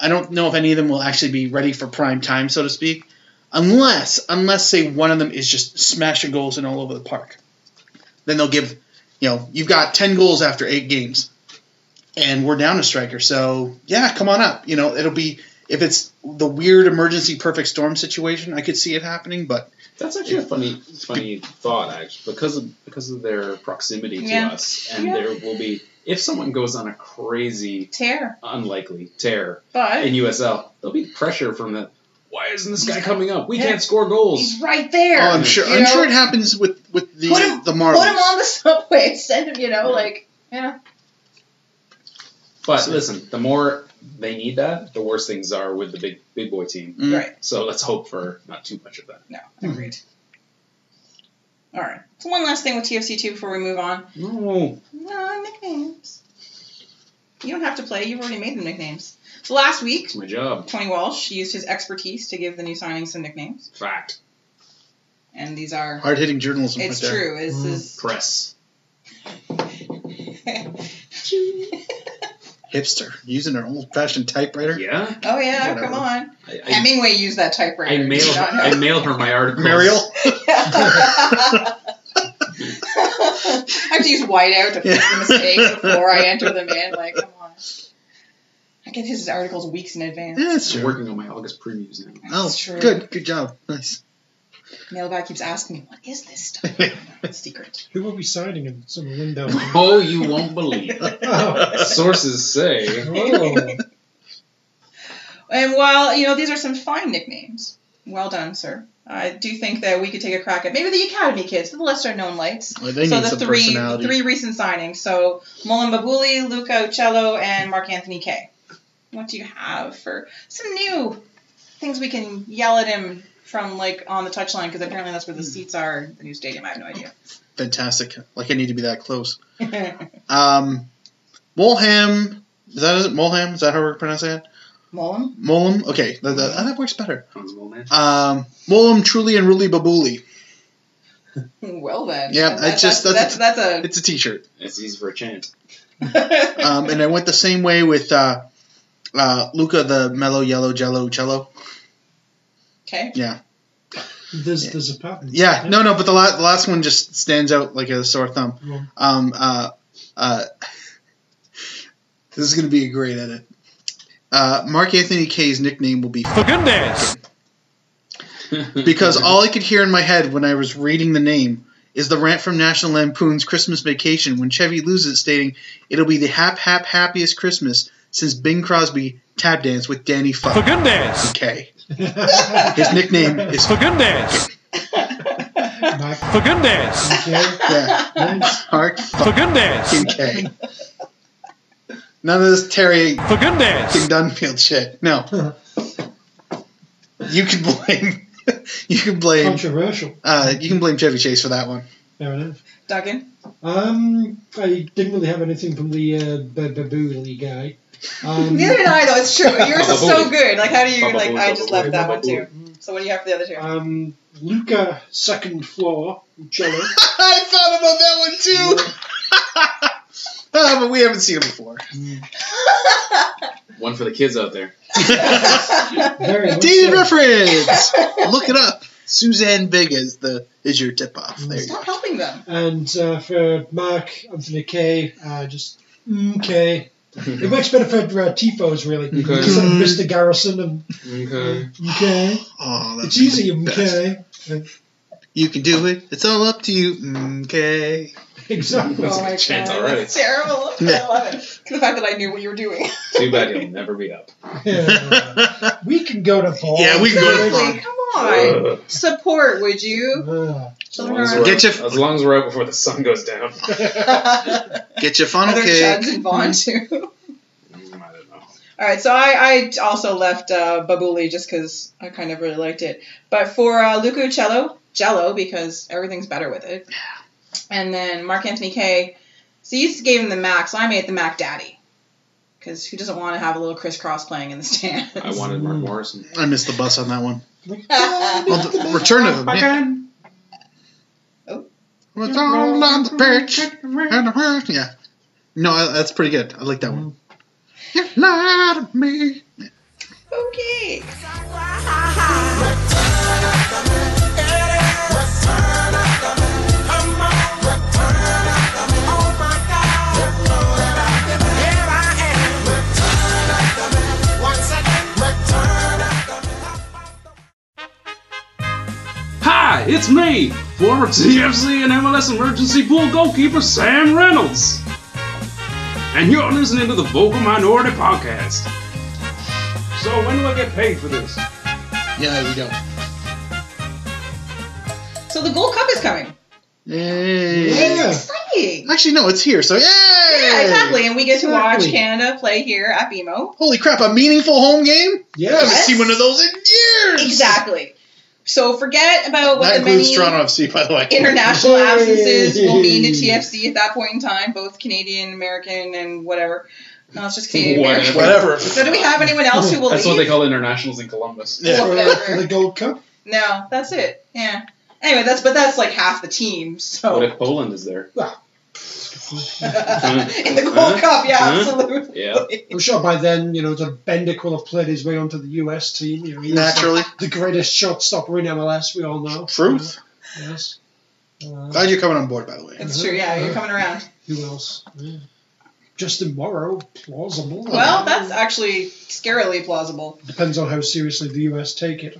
I don't know if any of them will actually be ready for prime time, so to speak, unless unless say one of them is just smashing goals and all over the park. Then they'll give, you know, you've got ten goals after eight games, and we're down a striker, so yeah, come on up. You know, it'll be if it's the weird emergency perfect storm situation, I could see it happening, but That's actually a funny, funny thought, actually, because of because of their proximity to Yeah. us, and Yeah. there will be if someone goes on a crazy, Tear. unlikely tear But in USL, there'll be pressure from the. Why isn't this guy coming up? We Yeah. can't score goals. he's right there. Oh, I'm sure You I'm know? sure it happens with with the Put him- the Put Marlins. him on the subway and send him, you know, Mm-hmm. like, yeah. But listen, the more they need that, the worse things are with the big big boy team. Mm. Right. So let's hope for not too much of that. No, agreed. All right. So, one last thing with TFC2 before we move on. No. No, nicknames. You don't have to play, you've already made them nicknames. So, last week, It's my job. Tony Walsh used his expertise to give the new signings some nicknames. Fact. And these are. Hard hitting journalism. It's right there. true. This Mm. is. Press. Mm. Hipster using an old fashioned typewriter. Yeah. [laughs] oh, yeah, Whatever. come on. I, I, Hemingway used that typewriter. I did mail. you not know? I mail her my articles. Mariel. [laughs] [laughs] I have to use whiteout to fix the mistakes before I enter them in. Like, come on. I get his articles weeks in advance. Yeah, [laughs] that's I'm true. working on my August previews now. [laughs] Oh, That's true. good, good job, nice. Mailbag keeps asking me, what is this stuff? I don't know, it's secret. Who will be signing in some window? Oh, you won't believe. oh, [laughs] Sources say. oh. And while, you know, these are some fine nicknames. Well done, sir. I do think that we could take a crack at maybe the Academy kids, the lesser known lights. Well, they so need the some three the personality. three recent signings. So Mullen Babuli, Luca Uccello, and Mark Anthony Kay. What do you have for some new things we can yell at him from like on the touchline? Because apparently that's where the seats are, in the new stadium. I have no idea. Fantastic. Like I need to be that close. [laughs] Um, Molham. Is that is it? Molham? Is that how we're pronouncing it? Mullen? Molem. Okay, that, that, that works better. Sounds well, man. Um, Molem, Truly, and Ruli Babuli. Well then. Yeah, That- I just- that's that's, that's It's a T-shirt. It's easy for a chant. a Um, [laughs] and I went the same way with uh, uh, Luca the mellow yellow jello cello. Okay. There's, there's a pattern. Yeah, no, no, but the, la- the last one just stands out like a sore thumb. Yeah. Um, uh, uh, this is gonna be a great edit. Uh, Mark Anthony Kay's nickname will be For goodness! because all I could hear in my head when I was reading the name is the rant from National Lampoon's Christmas Vacation when Chevy loses, stating, "It'll be the hap hap happiest Christmas since Bing Crosby tap danced with Danny For Fuck goodness! K." His nickname is For goodness! Mark, For goodness! okay, yeah, [laughs] nice. Mark For fucking goodness! K. None of this Terry For goodness! fucking Dunfield shit. No, you can blame. [laughs] You can blame. Controversial. Uh, you can blame Chevy Chase for that one. [laughs] Fair enough. Duggan. Um, I didn't really have anything from the uh, Babooley guy. Um, Neither did I though, it's true. Yours is so good. Like how do you like I just left Probably, that one too. probably. So what do you have for the other [laughs] two? um, Luca, second floor, cello. I thought about that one too. [laughs] Ah, but we haven't seen him before. One for the kids out there. Very much Dated so. reference. [laughs] Look it up. Suzanne Big is the is your tip off. There you go. Stop helping them. And uh, for Mark Anthony K, uh, just okay. It works better for uh, tifos really. Mm-hmm. Okay. Just like Mr. Garrison and Okay. okay, Oh, that's it's easy the Mm-hmm. best. okay. You can do it. It's all up to you. Okay. Exactly. Oh, That's a good chance already. That's terrible. Yeah. I love it. The fact that I knew what you were doing. Too bad you'll never be up. Yeah. We can go to Vaughn. Yeah, we can go to Seriously, Vaughn. come on. Uh, Support, would you? Uh, Children As are, long as we're- Get your- as long as we're out before the sun goes [laughs] down. [laughs] Get your are funnel there cake. chuds in Vaughn too? I don't know. All right, so I, I also left uh, Babuli just because I kind of really liked it. But for uh, Luca Uccello, Jello, because everything's better with it. And then Mark Anthony K. So you gave him the Mac, so I made it the Mac Daddy. Because who doesn't want to have a little crisscross playing in the [laughs] stands? I wanted Mark Morrison. I missed the bus on that one. oh, Well, the return of him. Yeah. Oh. Was all on the beach and the- Yeah. No, I- that's pretty good. I like that one. You lied to me. okay. Hi, it's me, former TFC and MLS emergency pool goalkeeper Sam Reynolds. And you're listening to the Vocal Minority Podcast. So when do I get paid for this? Yeah, there we go. So the Gold Cup is coming. Yay. Yeah. It's exciting. Actually, no, it's here, so yay! Yeah, exactly. And we get to watch Exactly. Canada play here at BMO. Holy crap, a meaningful home game? I haven't yeah. Yes. seen one of those in years! Exactly. So forget about what That the many includes Toronto FC, by the way. international Yay. absences will mean to TFC at that point in time, both Canadian, American, and whatever. No, it's just Canadian. American. Whatever. So do we have anyone else who will That's what they leave? call internationals in Columbus. Yeah. For, uh, for the [laughs] Gold Cup. no, that's it. Yeah. Anyway, that's but that's like half the team. So What if Poland is there? [laughs] in the Gold Huh? Cup, yeah, Huh? absolutely. Yeah. I'm sure by then, you know, the Bendick will have played his way onto the US team. You know, he's Naturally. the greatest shot stopper in MLS, we all know. Truth. Yes. Uh, Glad you're coming on board, by the way. That's true. Yeah, you're coming around. who else? Yeah. Justin Morrow plausible. Well, that's actually scarily plausible. depends on how seriously the US take it.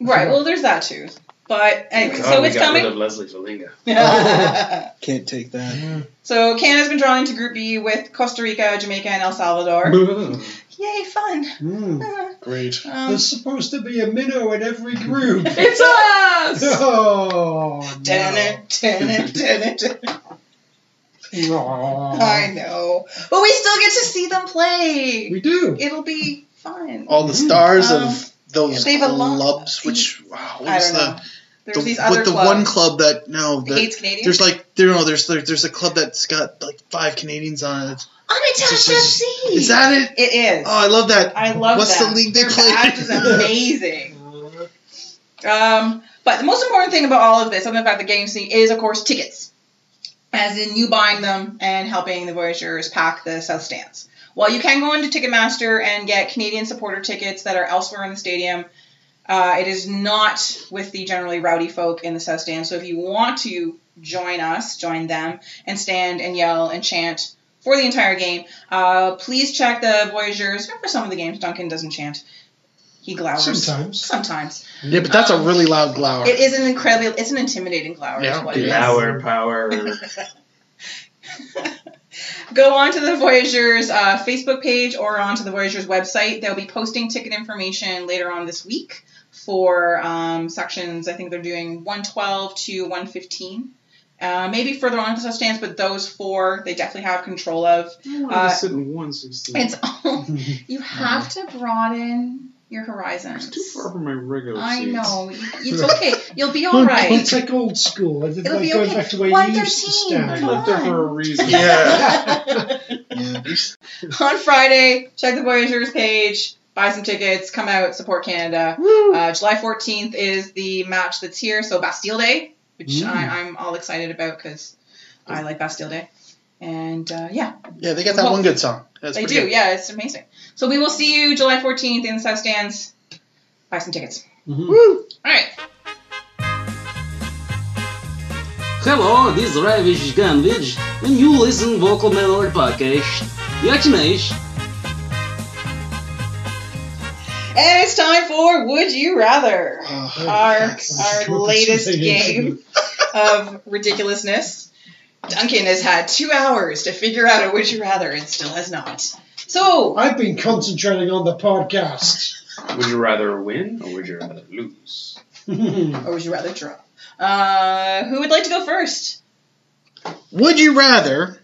Right. Well, there's that too. But anyway, God, so Oh, we it's got coming. Rid of Leslie Valinga. [laughs] Can't take that. so Canada's been drawn into Group B with Costa Rica, Jamaica, and El Salvador. Mm. Yay, fun! Hmm. Um, Great. There's supposed to be a minnow in [laughs] every group. um, [laughs] it's us. [laughs] oh, Dun no. it, dun it, dun it, dun it. Aw. I know, but we still get to see them play. We do. It'll be fun. All the stars Um, of those they've a lot- clubs, which wow, what I was don't the, know. There's the- these other with the clubs. one club that no, that the, hates Canadians. there's like there no, there's there, there's a club that's got like five Canadians on it. Oh, Unattached Is- FC. Is that it? It is. Oh, I love that. I love What's them. the league they Their play? [laughs] badge is amazing. Um, but the most important thing about all of this, other than the fact the game scene, is of course tickets, as in you buying them and helping the Voyageurs pack the south stands. While you can go into Ticketmaster and get Canadian supporter tickets that are elsewhere in the stadium, uh, it is not with the generally rowdy folk in the south stand. So if you want to join us, join them, and stand and yell and chant for the entire game, uh, please check the Voyageurs. For some of the games, Duncan doesn't chant. He glowers. Sometimes. Sometimes. yeah, but that's a really loud glower. It is an incredibly, it's an intimidating glower. Yeah, is what it is. Power, power. [laughs] Go on to the Voyagers uh, Facebook page or onto the Voyagers website. They'll be posting ticket information later on this week for um, sections. I think they're doing 112 to 115. Uh, maybe further on to the stands, but those four they definitely have control of. Uh, sit in one [laughs] sixteen. It's all, you have to broaden your horizons. for my regular I know. [laughs] It's okay. You'll be all Don't- right. Don't take old school. I think It'll like be going okay. back to where you used to 113. stand. [laughs] Come on. a reason. yeah. [laughs] on Friday, check the Voyagers page, buy some tickets, come out, support Canada. Uh, July 14th is the match that's here, so Bastille Day, which Mm. I, I'm all excited about because I like Bastille Day. And uh, yeah, Yeah, they got that Well, one good song. That's they pretty do. Good. Yeah, it's amazing. So we will see you July 14th in the South Stands. Buy some tickets. All right. Hello, this is Ravage Ganvich, and you listen Vocal Melody Podcast. Yakimesh. And it's time for Would You Rather, Uh, our, Oh, That's our what latest this thing is. game. of ridiculousness. Duncan has had two hours to figure out a would you rather and still has not. So, I've been concentrating on the podcast. [laughs] Would you rather win or would you rather lose? Hmm, or would you rather draw? Uh, who would like to go first? would you rather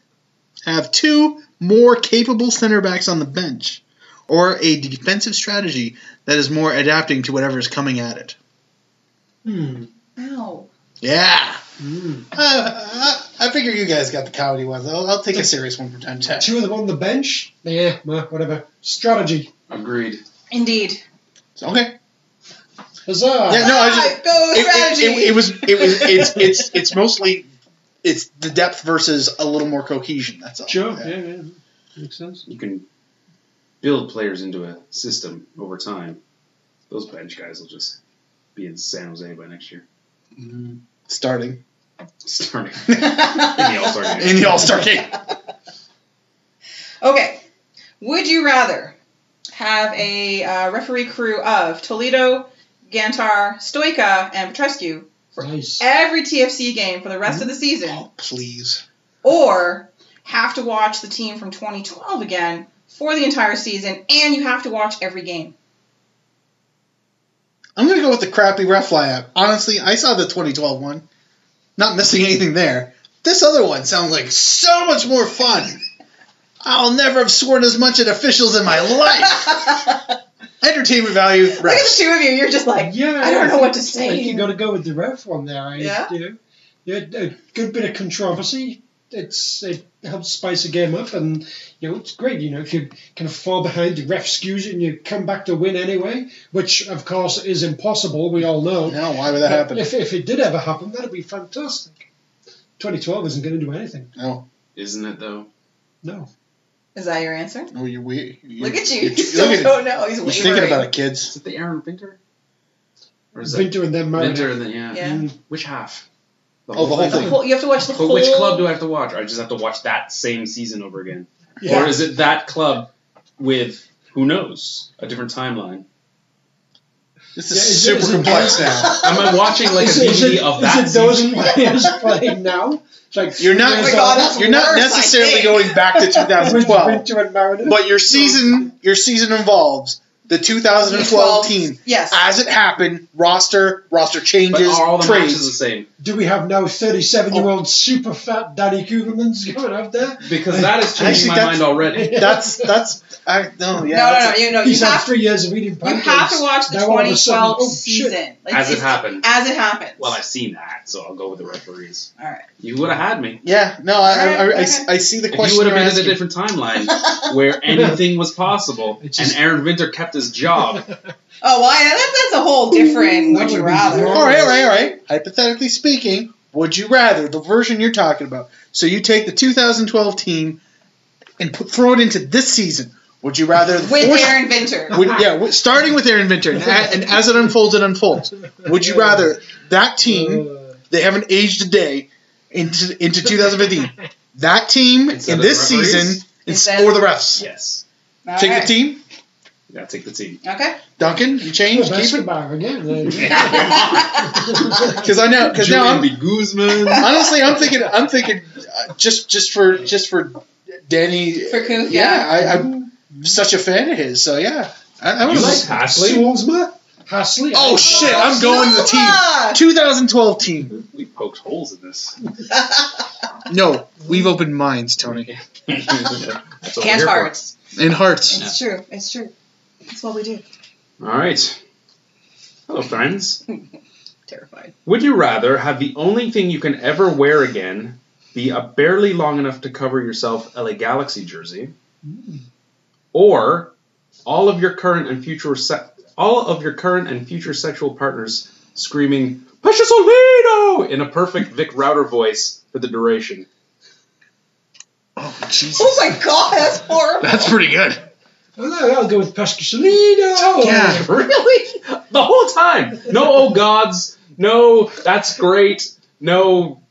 have two more capable center backs on the bench, or a defensive strategy that is more adapting to whatever is coming at it? Hmm. Ow. Yeah. [laughs] Hmm. Uh, I, I figure you guys got the comedy ones. I'll, I'll take a serious one from time to time. Two of them on the bench? Yeah, well, whatever. Strategy. Agreed. Indeed. Okay. Huzzah! Yeah, no, I just, Ah, go it, strategy. it- [laughs] it- it was it was it's it's it's mostly it's the depth versus a little more cohesion. That's all. Sure, yeah, yeah. Makes sense. You can build players into a system over time. Those bench guys will just be in San Jose by next year. [laughs] Starting [laughs] Starting in was. the All Star game. in the All Star game. okay. Would you rather have a uh, referee crew of Toledo, Gantar, Stoica, and Petrescu Nice. every TFC game for the rest Mm-hmm. of the season? Please. or have to watch the team from 2012 again for the entire season, and you have to watch every game. I'm gonna go with the crappy Refly app. Honestly, I saw the 2012 one. Not missing anything there. This other one sounds like so much more fun. I'll never have sworn as much at officials in my life. [laughs] Entertainment value. Look at the Refs. two of you. You're just like, yeah, I don't know what to I say. think you got to go with the ref one there. I, Yeah? You know, yeah, a good bit of controversy. It's it helps spice a game up, and you know it's great. You know if you kind of fall behind, the ref skews it, and you come back to win anyway, which of course is impossible. We all know. No, why would that happen? If, if it did ever happen, that'd be fantastic. 2012 isn't going to do anything. No, Isn't it though? No. Is that your answer? no, you're weird. Oh, you Look at you. You're, You you look still at, don't know. He's you're thinking wavering. about it, kids. Is it the Aaron Vinter? Or is it Vinter and then Mariner. Vinter? And then yeah. Yeah. Mm. Which half? Oh, the whole The thing. whole- you have to watch the But whole. which club do I have to watch? I just have to watch that same season over again. Yeah. Or is it that club with who knows a different timeline? This Yeah, is is it- super is it- complex [laughs] [laughs] now. Am I watching like a is, it- is DVD it, of is that? it those season? players playing now? It's like You're not. Oh my God, that's you're not worse, I necessarily think. going back [laughs] to Winter, 2012, Winter and Mariner. but your season your season involves the 2012 team Yes. as it happened. Roster roster But changes are all the matches the trades. same? Do we have now 37 year Oh. old super fat Danny Kugelmans going out there? Because that is changing Actually, my that's- mind already. That's that's I [laughs] no yeah. no, that's no, no, you know, you [laughs] He's had have to, three years of eating you pancakes. have to watch the Now all of a sudden, 2012 oh, shit. season. Like, As it it's- happened. As it happens. [laughs] Well, I've seen that, so I'll go with the referees. All right. You would have had me. Yeah, no, I, I, I, I, Okay. I see the If you question. would have you're been asking. in a [laughs] different timeline where anything was possible, It's just- and Aaron Winter kept his [laughs] job. Oh well, yeah, that's, that's a whole different. That Would you would be rather? wrong. All right, all right, all right. Hypothetically speaking, would you rather the version you're talking about? So you take the 2012 team and put, throw it into this season. Would you rather the With fourth- Aaron Vinter. Would, yeah, w- starting with their inventor, and, a- and as it unfolds, it unfolds. Would you rather that team Uh, they haven't aged a day into into 2015? That team Instead in of the this referees? season ins- Instead- or the refs? yes. All Take right. the team, Yeah, take [laughs] the team. Okay. Duncan. You change, keep it basketball again. uh, [laughs] because I know because now I'm Julian B. Guzman. honestly, I'm thinking, I'm thinking, uh, just just for just for Danny. For Kuth, yeah. I, I'm such a fan of his, so yeah. I, I You was like Hasley? Swarmsma? Hasley? Oh, shit, I'm going to the team. 2012 team. We poked holes in this. No, we've opened minds, Tony, That's what we're And here for. cards. and hearts. It's true. It's true. That's what we do. All right. Hello, friends. Terrified. Would you rather have the only thing you can ever wear again be a uh, barely long enough to cover yourself LA Galaxy jersey, or all of your current and future se- all of your current and future sexual partners screaming "Pesce Solido" in a perfect Vic Router voice for the duration? Oh, Jesus. Oh my god, that's horrible. That's pretty good. Hello, I'll go [laughs] with Pescasolino. Yeah. [laughs] Really? The whole time. No oh gods. No that's great. No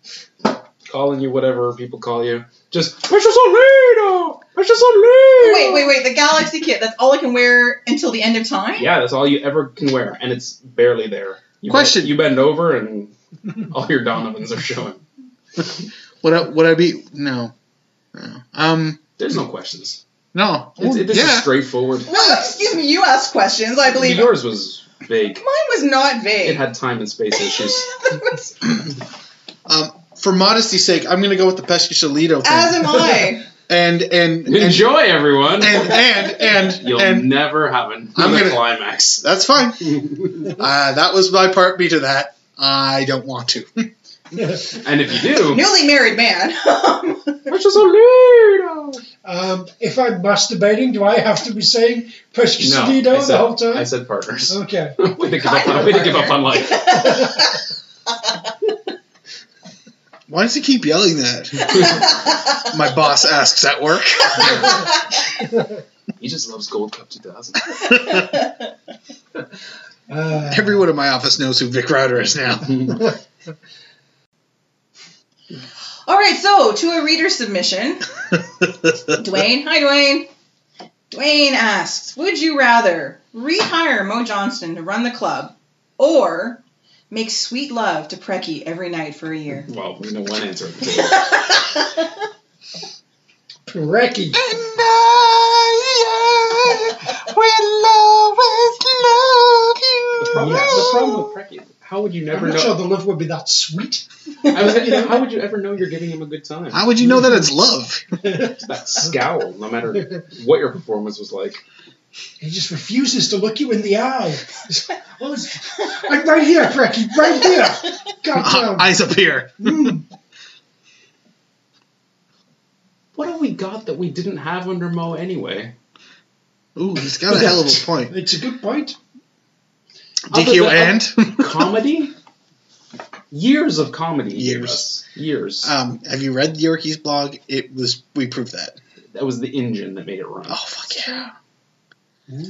calling you whatever people call you. Just Precious Olino! Precious Olino! Wait, wait, wait. The Galaxy kit. That's all I can wear until the end of time. Yeah, that's all you ever can wear, and it's barely there. You Question. Bend, you bend over and all your Donovans are showing. Would I, would I be? No. No. Um. There's no questions. No. It's, it, this is yeah. straightforward. No, excuse me. You asked questions. I believe. Mine Yours was vague. was not vague. It had time and space [laughs] issues. Um. For modesty's sake, I'm gonna go with the Pescacilito thing. As [laughs] am I. and and and Enjoy, and everyone! and and, [laughs] You'll and never have I'm another gonna- climax. That's fine. uh, that was my part B to that. I don't want to. [laughs] And if you do, Newly married man. [laughs] Precious Olino! [laughs] um, if I'm masturbating, do I have to be saying Pescasolino I said, the whole time? I said partners. okay. [laughs] [laughs] way to give up on, way to give up on life. Why does he keep yelling that? [laughs] my boss asks at work. [laughs] He just loves Gold Cup 2000. Uh, Everyone in my office knows who Vic Router is [laughs] now. All right. So to a reader submission. Dwayne. Hi, Dwayne. Dwayne asks Would you rather rehire Mo Johnston to run the club or make sweet love to Preki every night for a [laughs] year? [laughs] Well, we know one answer. at the table. Preki. The problem, Yes. the problem with Preki, how would you I'm never not sure know? the love would be that sweet. I [laughs] was [laughs] gonna, how would you ever know you're giving him a good time? How would you know that it's love? [laughs] That scowl, no matter what your performance was like. [laughs] He just refuses to look you in the eye. [laughs] I'm right here, Preki, right here. God Eyes up here. What have we got that we didn't have under Mo anyway? Ooh, he's got a hell of a [laughs] damn. point. It's a good point. DQ Other and Comedy? Years of comedy. he gave Years. us. [laughs] Years. um, have you read Yorkie's blog? It was we proved that. that was the engine that made it run. Oh fuck yeah!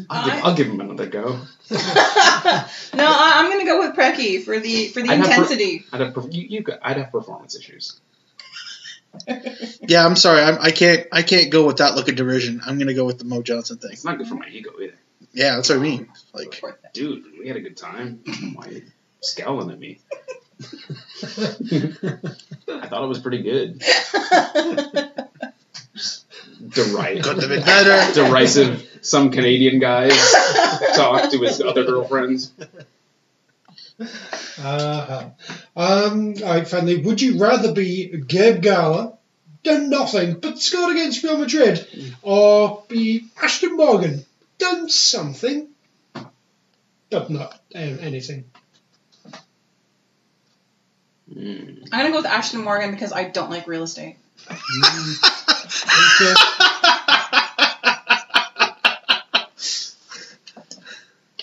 I'll, give, I'll give him another go. [laughs] No, I, I'm going to go with Preki for the for the I'd have per- intensity. I'd have, per- you, you, could- I'd have performance issues. Yeah, I'm sorry. I'm, I can't. I can't go with that look of derision. I'm gonna go with the Mo Johnson thing. It's not good for my ego either. Yeah, that's what I mean. Like, Dude, we had a [clears throat] good time. Why are you scowling at [laughs] me? I thought it was [laughs] pretty good. could have been Derisive. [laughs] better. Derisive. Some [laughs] Canadian guys talk to his other girlfriends. Uh-huh. Um, all right, finally, would you rather be Gabe Gala, done nothing but scored against Real Madrid, Mm. or be Ashton Morgan, done something but not [laughs] uh, anything? Mm. I'm gonna go with Ashton Morgan because I don't like real estate. Okay.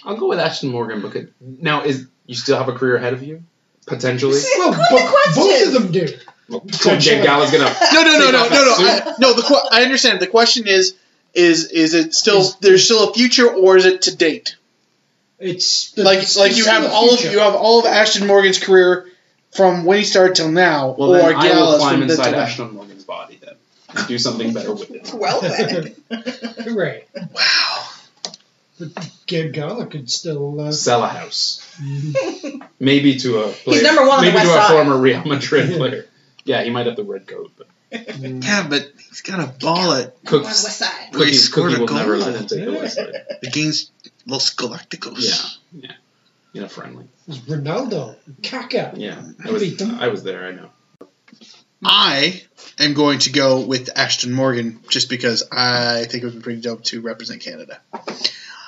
I'll go with Ashton Morgan because now is you still have a career ahead of you potentially. well, Good but both question. of them do. Well, so Jake Gala's gonna. No, no, no, no, no, no. Suit. I, no, the que- I understand. The question is, is is it still there's still a future, or is it to date? It's Like it's- like it's you in have the all of future. you have all of Ashton Morgan's career from when he started till now, Well, or then I will Gallus climb from then to inside now. Ashton Morgan's body then and do something better with it. [laughs] Well [laughs] then, Hooray. Wow. Gabe Gala could still. Uh, Sell a house, maybe to a. Player, number one on the Maybe West to a Side. former Real Madrid player. Yeah, he might have the red coat, but Yeah, but he's got a ball at on the west Cooks. side. But he Cookie, scored Cookie a will goal. never let him take the West Side against Los Galacticos. Yeah, yeah, in a friendly. was Ronaldo, Kaka. Yeah, I was. I was there. I know. I am going to go with Ashton Morgan just because I think it would be pretty dope to represent Canada.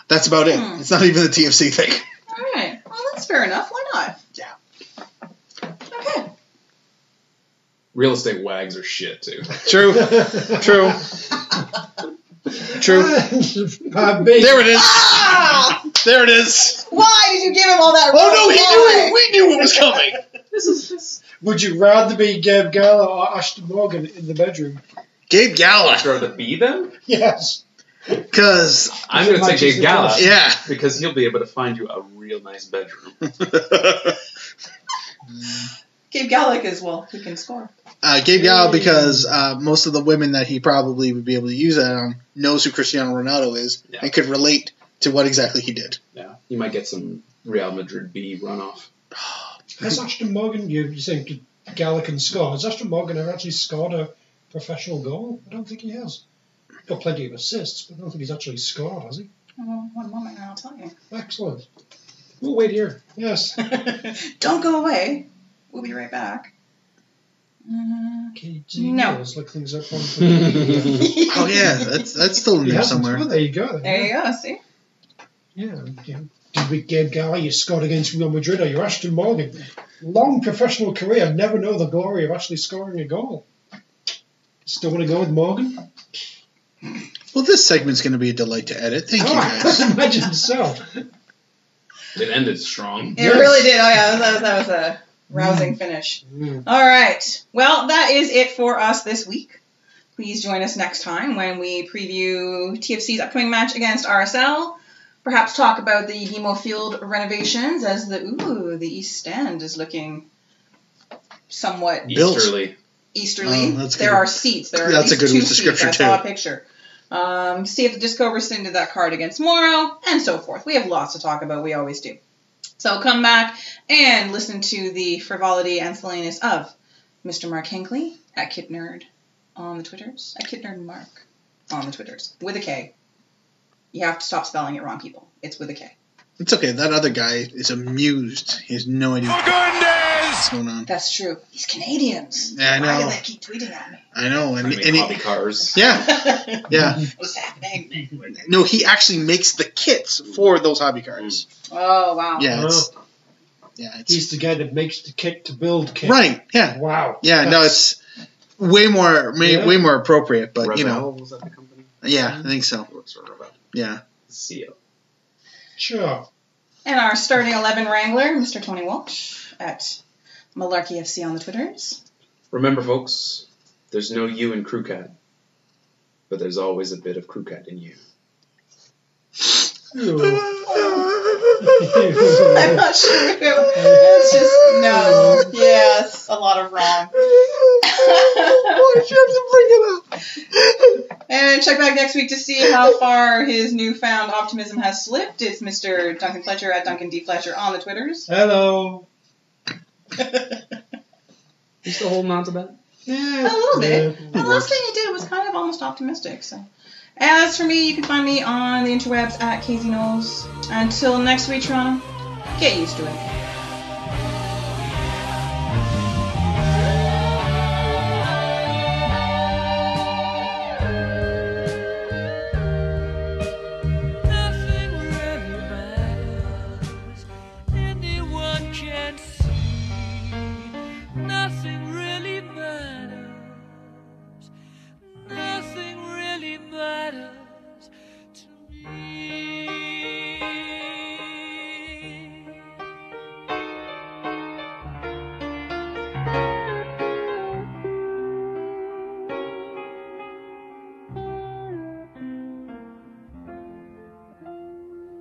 That's about it. Hmm. It's not even the TFC thing. All right. Well, that's fair enough. Why not? Yeah. Okay. Real estate wags are [laughs] shit too. True. [laughs] True. True. I mean, There it is. Ah! There it is. Why did you give him all that? Oh no, he knew it. We knew it was coming. This is just. Would you rather be Gabe Gala or Ashton Morgan in the bedroom? Gabe Gala. I'd rather be them. Yes. Because, I'm gonna take Gabe Gala yeah. [laughs] because he'll be able to find you a real nice bedroom. Gabe Gallic is well. He can score. uh, Gabe Gala, because uh, most of the women that he probably would be able to use that on knows who Cristiano Ronaldo is Yeah. and could relate to what exactly he did. Yeah, you might get some Real Madrid B runoff. Has Ashton Morgan, you, you think Gala can score? Has Ashton Morgan ever actually scored a professional goal? I don't think he has. Got plenty of assists, but I don't think he's actually scored, has he? Oh, One moment, and I'll tell you. Excellent. We'll wait here. Yes. [laughs] [laughs] Don't go away. We'll be right back. [laughs] Uh, Okay, No. Let's look things up [laughs] on Wikipedia. Oh yeah, that's that's still [laughs] in He there hasn't. somewhere. Well, there you go. there you go. See. Yeah, yeah. Did we Gabe Gala, you scored against Real Madrid, or you Ashton Morgan? Long professional career, never know the glory of actually scoring a goal. Still want to go [laughs] with Morgan? Well, this segment's going to be a delight to edit. Thank you guys. I imagine so. It ended strong. It Yes. really did. Oh yeah, that was, that was a rousing finish. Mm. All right. Well, that is it for us this week. Please join us next time when we preview TFC's upcoming match against RSL. Perhaps talk about the Nemo Field renovations as the ooh the East End is looking somewhat Built. Easterly. easterly. Oh, that's there good. are seats. There are That's at a least good two description, seats. I saw too. a picture. Um, see if the disco rescinded that card against Morrow, and so forth. We have lots to talk about. We always do. So come back and listen to the frivolity and silliness of Mr. Mark Hinckley at Kid Nerd on the Twitters. At Kid Nerd Mark on the Twitters with a K. You have to stop spelling it wrong, people. It's with a K. It's okay. That other guy is amused. He has no idea Fagundes! what's going on. That's true. He's Canadians. Yeah, I Why do know. they keep tweeting at me? [laughs] I know. And, I mean, and hobby he, [laughs] cars. [laughs] yeah, Oh, yeah. What's happening? No, he actually makes the kits for those hobby cards. Oh wow. Yeah, it's, yeah, it's He's the guy that makes the kit to build kit. right. Yeah, Wow. yeah. No, That's- it's way more, may, Yeah. way more appropriate. But Revell, you know, was that the company? yeah, I Mm-hmm. think so. Works for Revell. Yeah, CEO. [laughs] Sure. And our starting 11 wrangler, Mr. Tony Walsh at Malarkey FC on the Twitters. [laughs] Remember, folks, there's no you in crew cat, but there's always a bit of crew cat in you. [laughs] Ew. I'm not sure. It's just, no. Yes, a lot of wrong. you have to bring it up? [laughs] And check back next week to see how far his newfound optimism has slipped. It's Mr. Duncan Fletcher at Duncan D. Fletcher on the Twitters. Hello. You still holding on to that? Yeah, A little bit. yeah. The last thing I did was kind of almost optimistic. So, as for me, you can find me on the interwebs at Casey Knowles. Until next week, Toronto, get used to it. Nothing really matters. Anyone can see. Nothing really matters. Nothing really matters to me.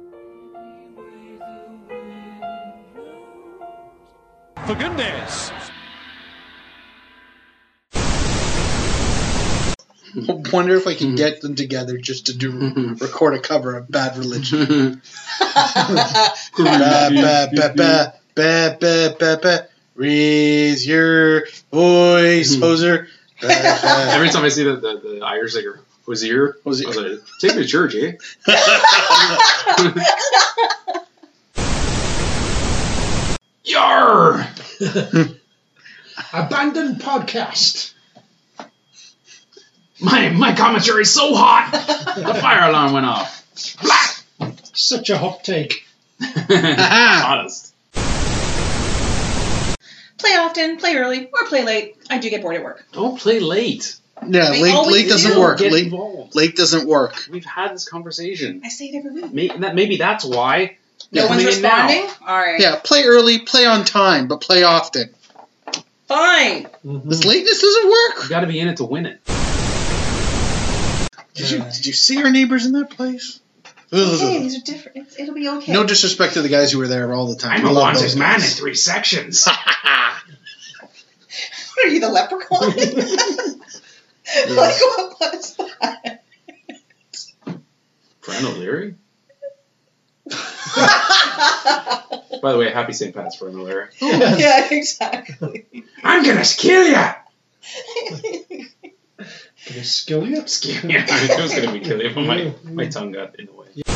Anyway, the wind blows. For goodness. [laughs] Wonder if I can get them together just to do Mhm. record a cover of Bad Religion. ba, ba, Mm-hmm. ba, That's ba, ba, ba, ba, ba. Raise your voice, Mhm. poser. Ba, ba. Every time I see the, the, the Irish singer, Wazir, Was I it- was like, take me to [laughs] church, eh? Yar! Abandoned podcast. My, my commentary is so hot! The fire alarm went [laughs] off. Such a hot take. Honest. Play often, play early, or play late. I do get bored at work. Don't play late. [laughs] Yeah, They Lake, always Lake doesn't do. work. Get Lake, involved. Lake doesn't work. We've had this conversation. I say it every week. Maybe, that, maybe that's why. No Yeah, one's maybe now. responding? Alright. Yeah, play early, play on time, but play often. Fine. This lateness doesn't You work. gotta be in it to win it. Did you, did you see our neighbors in that place? Ugh. Hey, these are different. It's, it'll be okay. No disrespect to the guys who were there all the time. I'm We a love wanted those man in guys. three [laughs] sections. What [laughs] are you, the [laughs] leprechaun? like, what was that? Fran O'Leary? By the way, happy St. Pat's, Fran O'Leary. [laughs] yeah, exactly. [laughs] I'm gonna kill ya! [laughs] Can I skill you? Skin- Yeah, it was gonna be kill ya, but my, my tongue got in the way.